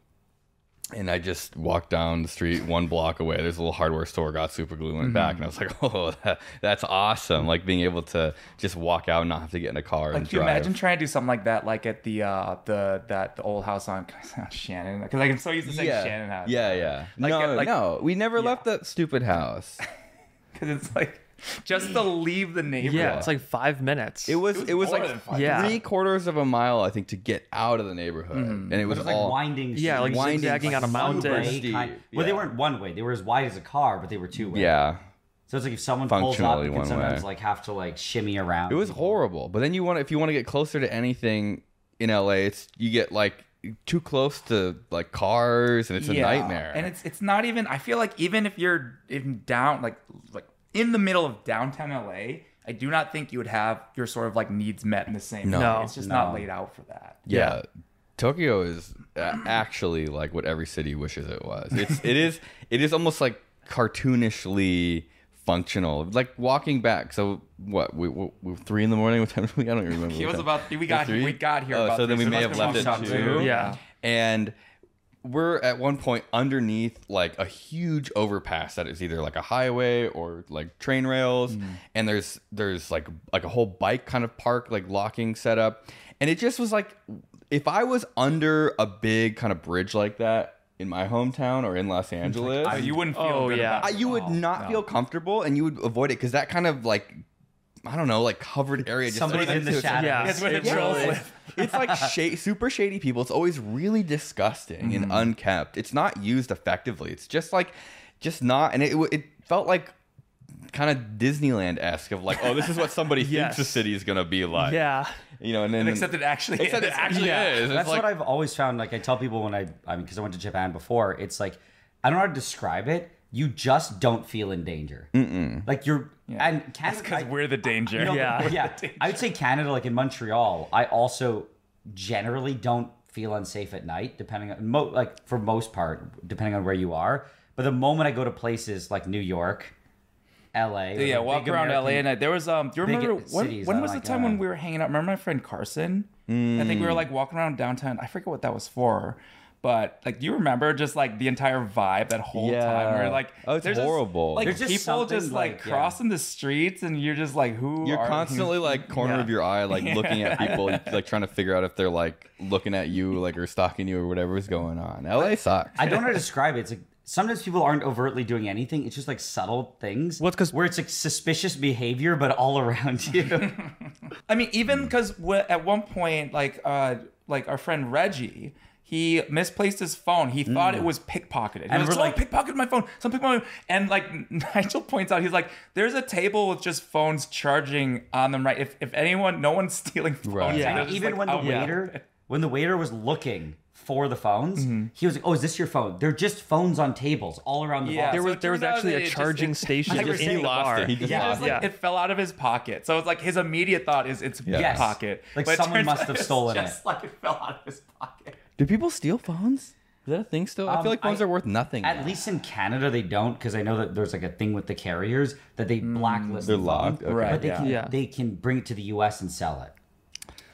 [SPEAKER 1] and I just walked down the street one block away. There's a little hardware store, got super glue, went back, and I was like, (laughs) "Oh, that, that's awesome!" Like being able to just walk out and not have to get in a car and
[SPEAKER 3] Like, can you
[SPEAKER 1] drive.
[SPEAKER 3] imagine trying to do something like that, like at the uh the that the old house on (laughs) Shannon? Because I'm so used to saying
[SPEAKER 1] yeah.
[SPEAKER 3] Shannon House.
[SPEAKER 1] yeah, yeah. no,
[SPEAKER 3] like-
[SPEAKER 1] no, we never left that stupid house.
[SPEAKER 3] because it's like just to leave the neighborhood.
[SPEAKER 4] yeah, it's like five minutes.
[SPEAKER 1] It was it was,
[SPEAKER 3] more
[SPEAKER 1] like
[SPEAKER 3] than five
[SPEAKER 4] Yeah.
[SPEAKER 1] three quarters of a mile, I think, to get out of the neighborhood, and it was
[SPEAKER 2] It was
[SPEAKER 1] all
[SPEAKER 2] like winding.
[SPEAKER 4] Yeah, like
[SPEAKER 2] streets,
[SPEAKER 1] Winding,
[SPEAKER 4] zigzagging
[SPEAKER 1] like,
[SPEAKER 4] on a mountain.
[SPEAKER 1] super-
[SPEAKER 2] Way kind-
[SPEAKER 1] steep,
[SPEAKER 2] Well, they
[SPEAKER 1] yeah.
[SPEAKER 2] weren't one way. They were as wide as a car, but they were two way.
[SPEAKER 1] Yeah,
[SPEAKER 2] So it's like if someone pulls up,
[SPEAKER 1] Functionally
[SPEAKER 2] you
[SPEAKER 1] one
[SPEAKER 2] can sometimes
[SPEAKER 1] way.
[SPEAKER 2] like have to like shimmy around.
[SPEAKER 1] it was horrible. But then you want if you want to get closer to anything in LA, it's you get like too close to like cars, and it's a nightmare.
[SPEAKER 3] And it's it's not even. I feel like even if you're in down like like in the middle of downtown LA, I do not think you would have your sort of like needs met in the same
[SPEAKER 1] No.
[SPEAKER 3] way.
[SPEAKER 4] No.
[SPEAKER 3] It's just
[SPEAKER 2] No.
[SPEAKER 3] not laid out for that.
[SPEAKER 1] yeah. Tokyo is uh, actually like what every city wishes it was. It's it is it is almost like cartoonishly functional. Like walking back. So what? We, we, we three in the morning. (laughs) What time? did we- I don't even remember.
[SPEAKER 3] It
[SPEAKER 1] what
[SPEAKER 3] was
[SPEAKER 1] time.
[SPEAKER 3] about we got
[SPEAKER 1] Three?
[SPEAKER 3] we got here.
[SPEAKER 1] Oh,
[SPEAKER 3] about
[SPEAKER 1] so then
[SPEAKER 3] three,
[SPEAKER 1] we may
[SPEAKER 3] must
[SPEAKER 1] have
[SPEAKER 3] be
[SPEAKER 1] left at
[SPEAKER 3] about two.
[SPEAKER 1] two.
[SPEAKER 4] Yeah.
[SPEAKER 1] and we're at one point underneath like a huge overpass that is either like a highway or like train rails and there's there's like like a whole bike kind of park like locking set up and it just was like if i was under a big kind of bridge like that in my hometown or in los angeles
[SPEAKER 3] Uh, you wouldn't feel.
[SPEAKER 4] Oh,
[SPEAKER 3] good
[SPEAKER 4] yeah.
[SPEAKER 3] about
[SPEAKER 1] I-
[SPEAKER 3] it
[SPEAKER 1] you
[SPEAKER 3] at
[SPEAKER 1] would
[SPEAKER 3] all.
[SPEAKER 1] not
[SPEAKER 3] No.
[SPEAKER 1] feel comfortable and you would avoid it because that kind of like i don't know like covered area just
[SPEAKER 2] Somebody's in the
[SPEAKER 1] it's-
[SPEAKER 2] shadows.
[SPEAKER 4] Yeah.
[SPEAKER 3] That's what
[SPEAKER 4] it
[SPEAKER 3] it
[SPEAKER 4] really-
[SPEAKER 3] really-
[SPEAKER 1] it's like shady, super shady people. It's always really disgusting and unkept. It's not used effectively. It's just like, just not. And it w- it felt like kind of Disneyland esque of like, oh, this is what somebody
[SPEAKER 4] Yes.
[SPEAKER 1] thinks the city is gonna be like.
[SPEAKER 4] Yeah.
[SPEAKER 1] you know. And then
[SPEAKER 3] Except it actually.
[SPEAKER 1] except it
[SPEAKER 3] is.
[SPEAKER 1] actually is. It's
[SPEAKER 2] That's
[SPEAKER 1] like,
[SPEAKER 2] what I've always found. Like I tell people when I, I mean, because I went to Japan before, it's like I don't know how to describe it. You just don't feel in danger. Mm-mm. Like you're, and Canada,
[SPEAKER 3] because
[SPEAKER 2] I-
[SPEAKER 3] we're the danger. (laughs)
[SPEAKER 2] no,
[SPEAKER 4] Yeah.
[SPEAKER 2] yeah, I would say Canada, like in Montreal, I also generally don't feel unsafe at night, depending on mo- like for most part, depending on where you are. But the moment I go to places like New York, L.A., or
[SPEAKER 3] Yeah,
[SPEAKER 2] the
[SPEAKER 3] walk
[SPEAKER 2] big
[SPEAKER 3] around
[SPEAKER 2] American-
[SPEAKER 3] LA and I, there was um. Do you
[SPEAKER 2] Big
[SPEAKER 3] remember when?
[SPEAKER 2] cities,
[SPEAKER 3] when
[SPEAKER 2] I
[SPEAKER 3] was
[SPEAKER 2] like
[SPEAKER 3] the time when
[SPEAKER 2] that.
[SPEAKER 3] we were hanging out? Remember my friend Carson? I think we were like walking around downtown. I forget what that was for, but like do you remember just like the entire vibe that whole time.
[SPEAKER 1] Yeah.
[SPEAKER 3] Where like
[SPEAKER 1] Oh, it's
[SPEAKER 3] there's
[SPEAKER 1] horrible.
[SPEAKER 3] Just, like
[SPEAKER 2] There's just
[SPEAKER 3] people
[SPEAKER 2] something
[SPEAKER 3] just like,
[SPEAKER 2] like, yeah.
[SPEAKER 3] crossing the streets, and you're just like, who?
[SPEAKER 1] you're
[SPEAKER 3] are
[SPEAKER 1] constantly like corner of your eye, like looking at people, like trying to figure out if they're like looking at you, like or stalking you or whatever is going on. LA sucks.
[SPEAKER 2] I don't know how to describe it. It's like sometimes people aren't overtly doing anything. It's just like subtle things.
[SPEAKER 4] Well, it's 'cause-
[SPEAKER 2] where it's like suspicious behavior, but all (laughs) around
[SPEAKER 3] (laughs)
[SPEAKER 2] you.
[SPEAKER 3] I mean, even
[SPEAKER 4] Hmm.
[SPEAKER 3] because at one point, like, uh, like our friend Reggie, he misplaced his phone. He thought
[SPEAKER 4] Hmm.
[SPEAKER 3] it was pickpocketed.
[SPEAKER 2] And
[SPEAKER 3] And was
[SPEAKER 2] we're
[SPEAKER 3] like,
[SPEAKER 2] like-
[SPEAKER 3] pickpocketed my phone. Some pickpocketed. my-" And like (laughs) Nigel points out, he's like, there's a table with just phones charging on them, right? If, if anyone, no one's (laughs) stealing phones.
[SPEAKER 1] Right.
[SPEAKER 3] They're
[SPEAKER 1] Yeah.
[SPEAKER 3] just
[SPEAKER 2] Even
[SPEAKER 3] like,
[SPEAKER 2] when the
[SPEAKER 3] "Oh, yeah."
[SPEAKER 2] waiter, when the waiter was looking for the phones,
[SPEAKER 3] Mm-hmm.
[SPEAKER 2] he was like, "Oh, is this your phone?" They're just phones on tables all around the
[SPEAKER 3] Yeah.
[SPEAKER 2] bar.
[SPEAKER 4] There
[SPEAKER 3] So
[SPEAKER 4] was
[SPEAKER 3] it
[SPEAKER 4] there was
[SPEAKER 3] turned out
[SPEAKER 4] actually
[SPEAKER 3] that it
[SPEAKER 4] a
[SPEAKER 3] just- (laughs)
[SPEAKER 4] charging
[SPEAKER 3] it-
[SPEAKER 4] station
[SPEAKER 3] Like
[SPEAKER 1] we're
[SPEAKER 4] in
[SPEAKER 1] saying,
[SPEAKER 4] the
[SPEAKER 1] he lost
[SPEAKER 4] bar.
[SPEAKER 1] it. He just
[SPEAKER 3] Yeah,
[SPEAKER 1] lost
[SPEAKER 3] it's like
[SPEAKER 4] Yeah.
[SPEAKER 3] it fell out of his pocket. So it's like his immediate thought is it's in
[SPEAKER 1] Yes.
[SPEAKER 3] my pocket.
[SPEAKER 2] Like
[SPEAKER 3] But it
[SPEAKER 2] someone
[SPEAKER 3] turns
[SPEAKER 2] must
[SPEAKER 3] out
[SPEAKER 2] have
[SPEAKER 3] it's
[SPEAKER 2] stolen
[SPEAKER 3] just like it fell out of his pocket.
[SPEAKER 1] Do people steal phones? Is that a thing still? I
[SPEAKER 2] Um,
[SPEAKER 1] feel like phones
[SPEAKER 2] I-
[SPEAKER 1] are worth nothing. now.
[SPEAKER 2] At least in Canada, they don't because I know that there's like a thing with the carriers that they
[SPEAKER 3] Mm.
[SPEAKER 2] blacklist.
[SPEAKER 1] they're
[SPEAKER 2] the phone,
[SPEAKER 1] locked. Okay.
[SPEAKER 3] Right.
[SPEAKER 2] but they can
[SPEAKER 4] Yeah.
[SPEAKER 2] they can bring it to the U.S. and sell it.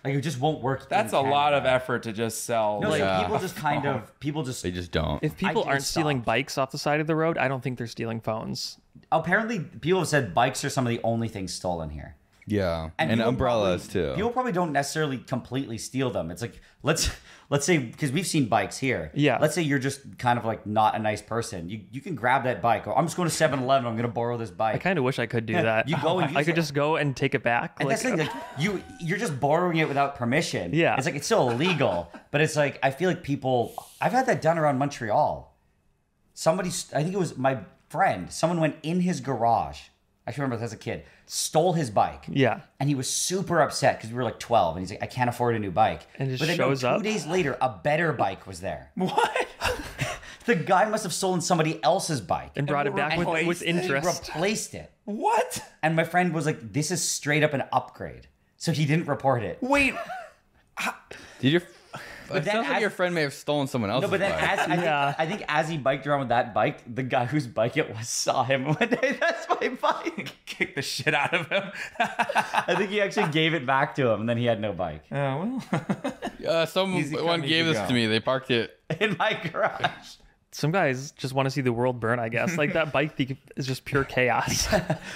[SPEAKER 2] Like it just won't work.
[SPEAKER 3] That's
[SPEAKER 2] in
[SPEAKER 3] a lot of
[SPEAKER 2] Canada.
[SPEAKER 3] effort to just sell.
[SPEAKER 2] No, so
[SPEAKER 1] Yeah.
[SPEAKER 2] people just
[SPEAKER 1] (laughs)
[SPEAKER 2] kind of people just
[SPEAKER 1] They just don't.
[SPEAKER 4] If people
[SPEAKER 2] did
[SPEAKER 4] aren't stealing
[SPEAKER 2] stop.
[SPEAKER 4] bikes off the side of the road, I don't think they're stealing phones.
[SPEAKER 2] apparently people have said bikes are some of the only things stolen here.
[SPEAKER 1] Yeah, and,
[SPEAKER 2] people
[SPEAKER 1] umbrellas
[SPEAKER 2] probably-
[SPEAKER 1] too.
[SPEAKER 2] People probably don't necessarily completely steal them. It's like let's (laughs) let's say because we've seen bikes here.
[SPEAKER 4] Yeah.
[SPEAKER 2] Let's say you're just kind of like not a nice person. You you can grab that bike. Or I'm just going to 7-Eleven. I'm going to borrow this
[SPEAKER 4] I
[SPEAKER 2] bike.
[SPEAKER 4] kind of wish I could do that.
[SPEAKER 2] You go and
[SPEAKER 4] (laughs) I
[SPEAKER 2] use
[SPEAKER 4] could
[SPEAKER 2] it.
[SPEAKER 4] just go and take it back.
[SPEAKER 2] And
[SPEAKER 4] like,
[SPEAKER 2] that's the thing, like you you're just borrowing it without permission.
[SPEAKER 4] Yeah.
[SPEAKER 2] It's like it's still illegal, but it's like I feel like people. I've had that done around Montreal. Somebody, st- I think it was my friend. Someone went in his garage. I can remember this as a kid. Stole his bike.
[SPEAKER 4] (laughs) yeah.
[SPEAKER 2] And he was super upset because we were like 12, and he's like, I can't afford a new bike.
[SPEAKER 4] And just
[SPEAKER 2] but then no,
[SPEAKER 4] shows
[SPEAKER 2] two
[SPEAKER 4] up?
[SPEAKER 2] days later, a better bike was there.
[SPEAKER 3] (laughs) What?
[SPEAKER 2] The guy must have stolen somebody else's bike
[SPEAKER 4] And brought it back with,
[SPEAKER 3] replaced
[SPEAKER 4] with
[SPEAKER 3] it.
[SPEAKER 4] interest.
[SPEAKER 2] replaced it.
[SPEAKER 3] What?
[SPEAKER 2] And my friend was like, This is straight up an upgrade. So he didn't report it.
[SPEAKER 3] Wait, (laughs)
[SPEAKER 1] Did your it
[SPEAKER 2] then
[SPEAKER 1] sounds like
[SPEAKER 2] as-
[SPEAKER 1] your friend may have stolen someone else's
[SPEAKER 2] No, but then
[SPEAKER 1] bike.
[SPEAKER 2] as I,
[SPEAKER 4] Yeah.
[SPEAKER 2] think, I think as he biked around with that bike, the guy whose bike it was saw him (laughs) one day. That's my bike.
[SPEAKER 3] kick the shit out of him.
[SPEAKER 2] I think he actually gave it back to him, and then he had no bike (laughs)
[SPEAKER 3] Oh well.
[SPEAKER 1] uh,
[SPEAKER 3] Easy come,
[SPEAKER 1] someone
[SPEAKER 3] easy
[SPEAKER 1] gave this
[SPEAKER 3] go.
[SPEAKER 1] to me. They parked it.
[SPEAKER 2] in my garage.
[SPEAKER 4] Some guys just want to see the world burn, I guess. Like that bike thief is just pure chaos.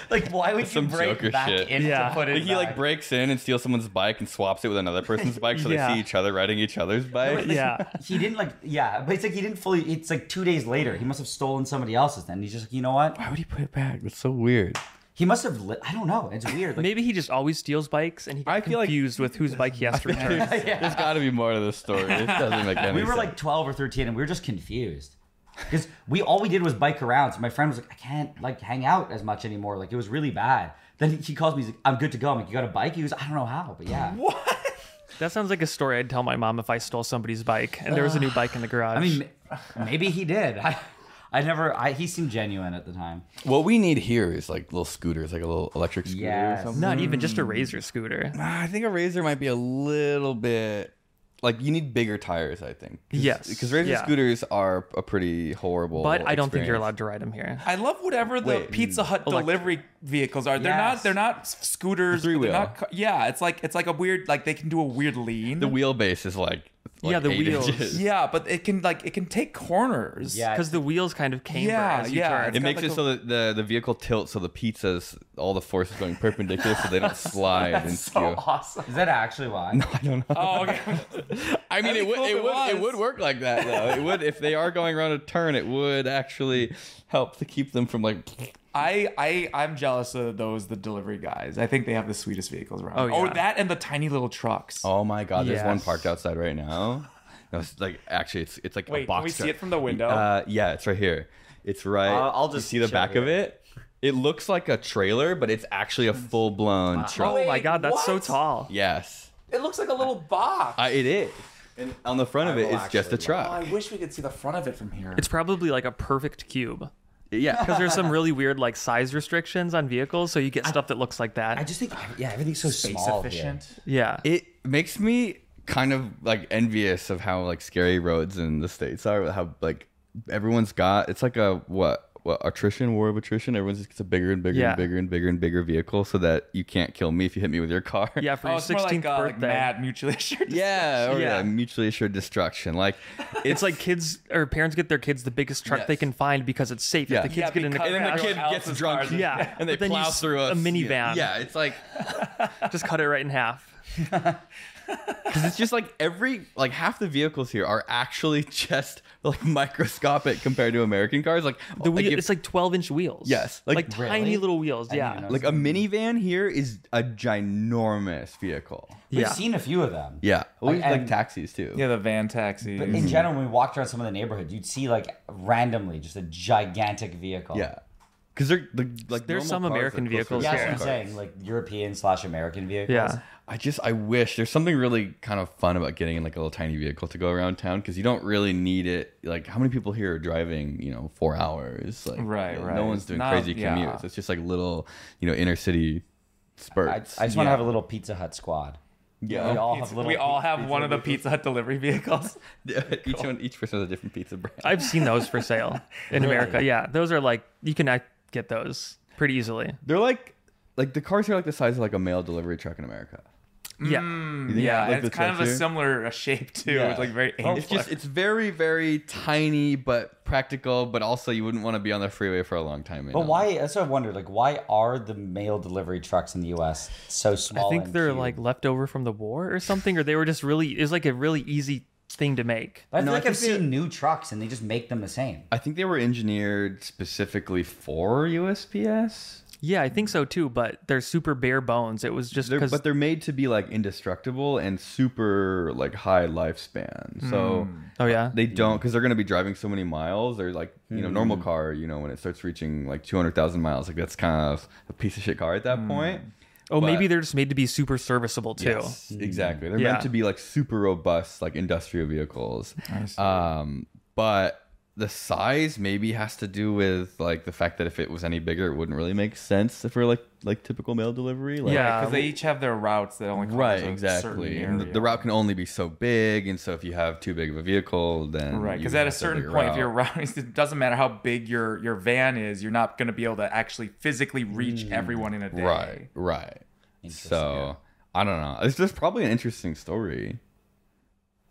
[SPEAKER 2] Like, why would
[SPEAKER 1] Some
[SPEAKER 2] you break
[SPEAKER 1] Joker
[SPEAKER 2] back
[SPEAKER 1] shit.
[SPEAKER 2] in
[SPEAKER 4] Yeah.
[SPEAKER 2] to put it
[SPEAKER 1] Like, he
[SPEAKER 2] back?
[SPEAKER 1] like breaks in and steals someone's bike and swaps it with another person's bike, (laughs) so
[SPEAKER 4] Yeah.
[SPEAKER 1] they see each other riding each other's bike.
[SPEAKER 4] yeah.
[SPEAKER 2] he didn't like yeah but it's like he didn't fully it's like two days later he must have stolen somebody else's then he's just like you know what
[SPEAKER 1] Why would he put it back? That's so weird.
[SPEAKER 2] he must have li- i don't know it's weird like (laughs)
[SPEAKER 4] Maybe he just always steals bikes and he
[SPEAKER 1] I
[SPEAKER 4] gets
[SPEAKER 1] feel like-
[SPEAKER 4] confused with whose bike he has to
[SPEAKER 1] There's,
[SPEAKER 4] return.
[SPEAKER 1] there's got to be more to this story. This doesn't (laughs) make any sense.
[SPEAKER 2] we were like 12 or 13 and we were just confused because we all we did was bike around so my friend was like i can't like hang out as much anymore like it was really bad then he, he calls me he's like i'm good to go i'm like you got a bike he goes i don't know how but yeah
[SPEAKER 3] what?
[SPEAKER 4] That sounds like a story I'd tell my mom if I stole somebody's bike and there was a new bike in the garage.
[SPEAKER 2] I mean, ma- maybe he did. (laughs) I, I never. I, he seemed genuine at the time.
[SPEAKER 1] What we need here is like little scooters, like a little electric scooter
[SPEAKER 2] Yes.
[SPEAKER 1] or something.
[SPEAKER 4] not even just a razor scooter.
[SPEAKER 1] Ah, I think a razor might be a little bit like you need bigger tires. I think
[SPEAKER 4] Yes.
[SPEAKER 1] because razor
[SPEAKER 4] Yeah.
[SPEAKER 1] scooters are a pretty horrible.
[SPEAKER 4] But I don't think you're
[SPEAKER 1] experience.
[SPEAKER 4] allowed to ride them here.
[SPEAKER 3] I love whatever the
[SPEAKER 1] Wait,
[SPEAKER 3] Pizza Hut delivery vehicles are. They're
[SPEAKER 2] Yes.
[SPEAKER 3] not they're not s- scooters.
[SPEAKER 1] The
[SPEAKER 3] but they're
[SPEAKER 1] three-wheel.
[SPEAKER 3] not ca- Yeah, it's like it's like a weird like they can do a weird lean.
[SPEAKER 1] The wheelbase is like, like
[SPEAKER 4] Yeah, the
[SPEAKER 1] eight
[SPEAKER 4] wheels.
[SPEAKER 1] inches.
[SPEAKER 3] yeah, but it can like it can take corners.
[SPEAKER 2] Yeah.
[SPEAKER 4] Because the wheels kind of camber
[SPEAKER 3] Yeah,
[SPEAKER 4] as you
[SPEAKER 3] yeah.
[SPEAKER 4] turn.
[SPEAKER 1] It
[SPEAKER 3] It's got
[SPEAKER 1] makes
[SPEAKER 3] like
[SPEAKER 1] it
[SPEAKER 3] a-
[SPEAKER 1] so that the, the vehicle tilts so the pizza's all the force is going perpendicular so they
[SPEAKER 3] (laughs)
[SPEAKER 1] don't slide and
[SPEAKER 2] (laughs)
[SPEAKER 3] so
[SPEAKER 1] skew.
[SPEAKER 3] awesome.
[SPEAKER 2] Is that actually why?
[SPEAKER 1] (laughs) I don't know.
[SPEAKER 3] Oh, okay.
[SPEAKER 1] (laughs) I mean,
[SPEAKER 3] That'd
[SPEAKER 1] it
[SPEAKER 3] be
[SPEAKER 1] would,
[SPEAKER 3] cool if
[SPEAKER 1] it
[SPEAKER 3] it
[SPEAKER 1] would it
[SPEAKER 3] was.
[SPEAKER 1] would work like that though. It would if they are going around a turn, it would actually help to keep them from like.
[SPEAKER 3] I I I'm jealous of those the delivery guys. I think they have the sweetest vehicles around.
[SPEAKER 4] Oh, yeah.
[SPEAKER 3] that and the tiny little trucks.
[SPEAKER 1] Oh my God! There's one
[SPEAKER 4] Yes.
[SPEAKER 1] parked outside right now. No, it's like actually, it's it's like a
[SPEAKER 3] Wait,
[SPEAKER 1] box.
[SPEAKER 3] can we see
[SPEAKER 1] truck.
[SPEAKER 3] it from the window?
[SPEAKER 1] Uh, yeah, it's right here. It's right.
[SPEAKER 2] I'll- I'll just
[SPEAKER 1] you see the
[SPEAKER 2] show
[SPEAKER 1] back
[SPEAKER 2] you.
[SPEAKER 1] of it. It looks like a trailer, but it's actually a full blown truck.
[SPEAKER 4] Oh my
[SPEAKER 3] Wait,
[SPEAKER 4] god, that's so
[SPEAKER 3] what?
[SPEAKER 4] tall.
[SPEAKER 1] Yes,
[SPEAKER 3] it looks like a little box.
[SPEAKER 1] uh, it is. And on the front of
[SPEAKER 2] I
[SPEAKER 1] it,
[SPEAKER 2] will
[SPEAKER 1] it's just a
[SPEAKER 2] actually
[SPEAKER 1] truck.
[SPEAKER 3] Oh, I wish we could see the front of it from here.
[SPEAKER 4] It's probably like a perfect cube.
[SPEAKER 1] Yeah,
[SPEAKER 4] Because there's some really weird like size restrictions on vehicles, so you get stuff that looks like that.
[SPEAKER 2] I just think, every- yeah, everything's so
[SPEAKER 3] space
[SPEAKER 2] small here.
[SPEAKER 3] efficient.
[SPEAKER 4] yeah.
[SPEAKER 1] it makes me kind of like envious of how like scary roads in the states are. How like everyone's got it's like a what what attrition war of attrition. Everyone's just gets a bigger and bigger
[SPEAKER 4] Yeah.
[SPEAKER 1] and bigger and bigger and bigger vehicle so that you can't kill me if you hit me with your car.
[SPEAKER 4] yeah, for
[SPEAKER 3] Oh,
[SPEAKER 4] your
[SPEAKER 3] it's more like,
[SPEAKER 4] 16th
[SPEAKER 3] uh, like
[SPEAKER 4] birthday.
[SPEAKER 3] mad mutually (laughs)
[SPEAKER 1] (laughs)
[SPEAKER 3] assured.
[SPEAKER 1] Yeah, or
[SPEAKER 4] Yeah.
[SPEAKER 1] yeah, mutually assured destruction. Like
[SPEAKER 4] it's like kids or parents get their kids the biggest truck
[SPEAKER 1] Yes.
[SPEAKER 4] they can find because it's safe.
[SPEAKER 1] Yeah.
[SPEAKER 4] If the kids
[SPEAKER 1] Yeah,
[SPEAKER 4] get in the
[SPEAKER 3] because-
[SPEAKER 1] and then the
[SPEAKER 3] Everyone
[SPEAKER 1] kid
[SPEAKER 3] else
[SPEAKER 1] gets
[SPEAKER 3] is
[SPEAKER 1] drunk.
[SPEAKER 3] Tarzan.
[SPEAKER 4] Yeah,
[SPEAKER 1] and they
[SPEAKER 4] but then you
[SPEAKER 1] plow
[SPEAKER 4] s-
[SPEAKER 1] through
[SPEAKER 4] a
[SPEAKER 1] us.
[SPEAKER 4] minivan.
[SPEAKER 1] Yeah, it's like
[SPEAKER 4] just cut it right in half.
[SPEAKER 1] because it's just like every like half the vehicles here are actually (laughs) just like microscopic compared to American cars. Like
[SPEAKER 4] The wheel,
[SPEAKER 1] like if-
[SPEAKER 4] it's like 12 inch wheels.
[SPEAKER 1] Yes,
[SPEAKER 4] Like,
[SPEAKER 1] like-
[SPEAKER 4] tiny
[SPEAKER 2] Really?
[SPEAKER 4] little wheels.
[SPEAKER 2] even
[SPEAKER 4] Yeah.
[SPEAKER 2] know.
[SPEAKER 1] like a minivan here is a ginormous vehicle.
[SPEAKER 2] We've
[SPEAKER 4] Yeah.
[SPEAKER 2] seen a few of them.
[SPEAKER 1] Yeah, we
[SPEAKER 2] Like,
[SPEAKER 1] like,
[SPEAKER 2] and-
[SPEAKER 1] taxis too.
[SPEAKER 3] Yeah, the van taxi.
[SPEAKER 2] But in general, when we walked around some of the neighborhoods, you'd see like randomly just a gigantic vehicle.
[SPEAKER 1] yeah, because they're the, like
[SPEAKER 4] There's
[SPEAKER 1] normal cars
[SPEAKER 4] some
[SPEAKER 1] are
[SPEAKER 4] American
[SPEAKER 1] closer to
[SPEAKER 4] vehicles
[SPEAKER 2] Yeah,
[SPEAKER 1] normal
[SPEAKER 2] that's what I'm
[SPEAKER 4] Sure.
[SPEAKER 1] cars.
[SPEAKER 2] saying. Like European slash American vehicles.
[SPEAKER 4] Yeah.
[SPEAKER 1] I just I wish there's something really kind of fun about getting in like a little tiny vehicle to go around town because you don't really need it. Like how many people here are driving? You know, four hours. Like,
[SPEAKER 3] Right,
[SPEAKER 1] no
[SPEAKER 3] right.
[SPEAKER 1] one's doing
[SPEAKER 3] Not-
[SPEAKER 1] crazy
[SPEAKER 3] yeah.
[SPEAKER 1] commutes. It's just like little, you know, inner city
[SPEAKER 2] I, I
[SPEAKER 1] spurts.
[SPEAKER 2] just want to have a little Pizza Hut squad.
[SPEAKER 1] yeah.
[SPEAKER 2] We
[SPEAKER 1] (laughs)
[SPEAKER 2] all
[SPEAKER 3] Pizza-
[SPEAKER 2] have little.
[SPEAKER 3] we all have one of the Pizza Hut delivery vehicles.
[SPEAKER 1] (laughs) each one, each person has a different pizza brand.
[SPEAKER 4] I've seen those for sale in America. Yeah. Those are like, you can act- get those pretty easily.
[SPEAKER 1] They're like, like the cars are like the size of like a mail delivery truck in America.
[SPEAKER 4] Yeah.
[SPEAKER 3] Mm.
[SPEAKER 1] You think
[SPEAKER 3] Hmm, yeah,
[SPEAKER 1] like
[SPEAKER 3] and
[SPEAKER 1] the
[SPEAKER 3] it's kind of a
[SPEAKER 1] trucks here?
[SPEAKER 3] similar uh, shape too.
[SPEAKER 1] Yeah.
[SPEAKER 3] It's like very
[SPEAKER 2] Oh,
[SPEAKER 3] angular.
[SPEAKER 1] It's just it's very very tiny but practical, but also you wouldn't want to be on the freeway for a long time. you
[SPEAKER 2] But
[SPEAKER 1] know?
[SPEAKER 2] why? That's what I wondered. Like, why are the mail delivery trucks in the U.S. so small?
[SPEAKER 4] I think
[SPEAKER 2] and
[SPEAKER 4] they're
[SPEAKER 2] cute?
[SPEAKER 4] like left over from the war or something, or they were just really, it was like a really easy thing to make.
[SPEAKER 2] I feel
[SPEAKER 1] No, I
[SPEAKER 2] like I've
[SPEAKER 1] think they're-
[SPEAKER 2] seen new trucks and they just make them the same.
[SPEAKER 1] I think they were engineered specifically for USPS.
[SPEAKER 4] Yeah, I think so too, but they're super bare bones. It was just
[SPEAKER 1] They're,
[SPEAKER 4] because
[SPEAKER 1] but they're made to be like indestructible and super like high lifespan. So
[SPEAKER 2] Hmm.
[SPEAKER 4] Oh yeah.
[SPEAKER 1] they don't because they're going to be driving so many miles. They're like you know
[SPEAKER 2] Hmm.
[SPEAKER 1] normal car. You know when it starts reaching like two hundred thousand miles, like that's kind of a piece of shit car at that
[SPEAKER 2] Hmm.
[SPEAKER 1] point.
[SPEAKER 4] oh,
[SPEAKER 1] but-
[SPEAKER 4] maybe they're just made to be super serviceable too.
[SPEAKER 1] Yes, Hmm. exactly. They're
[SPEAKER 4] Yeah.
[SPEAKER 1] meant to be like super robust, like industrial vehicles. Um, but the size maybe has to do with like the fact that if it was any bigger, it wouldn't really make sense if we're like like typical mail delivery. Like,
[SPEAKER 4] Yeah.
[SPEAKER 3] because they each have their routes that only cover
[SPEAKER 1] Right,
[SPEAKER 3] a
[SPEAKER 1] exactly.
[SPEAKER 3] certain
[SPEAKER 1] And the,
[SPEAKER 3] area.
[SPEAKER 1] the route can only be so big, and so if you have too big of a vehicle, then
[SPEAKER 3] Right,
[SPEAKER 1] you
[SPEAKER 3] because at a
[SPEAKER 1] have to
[SPEAKER 3] certain
[SPEAKER 1] figure
[SPEAKER 3] point,
[SPEAKER 1] out-
[SPEAKER 3] if your route is- it doesn't matter how big your your van is, you're not going to be able to actually physically reach everyone in a day.
[SPEAKER 1] Hmm. right, right. So I don't know. It's just probably an interesting story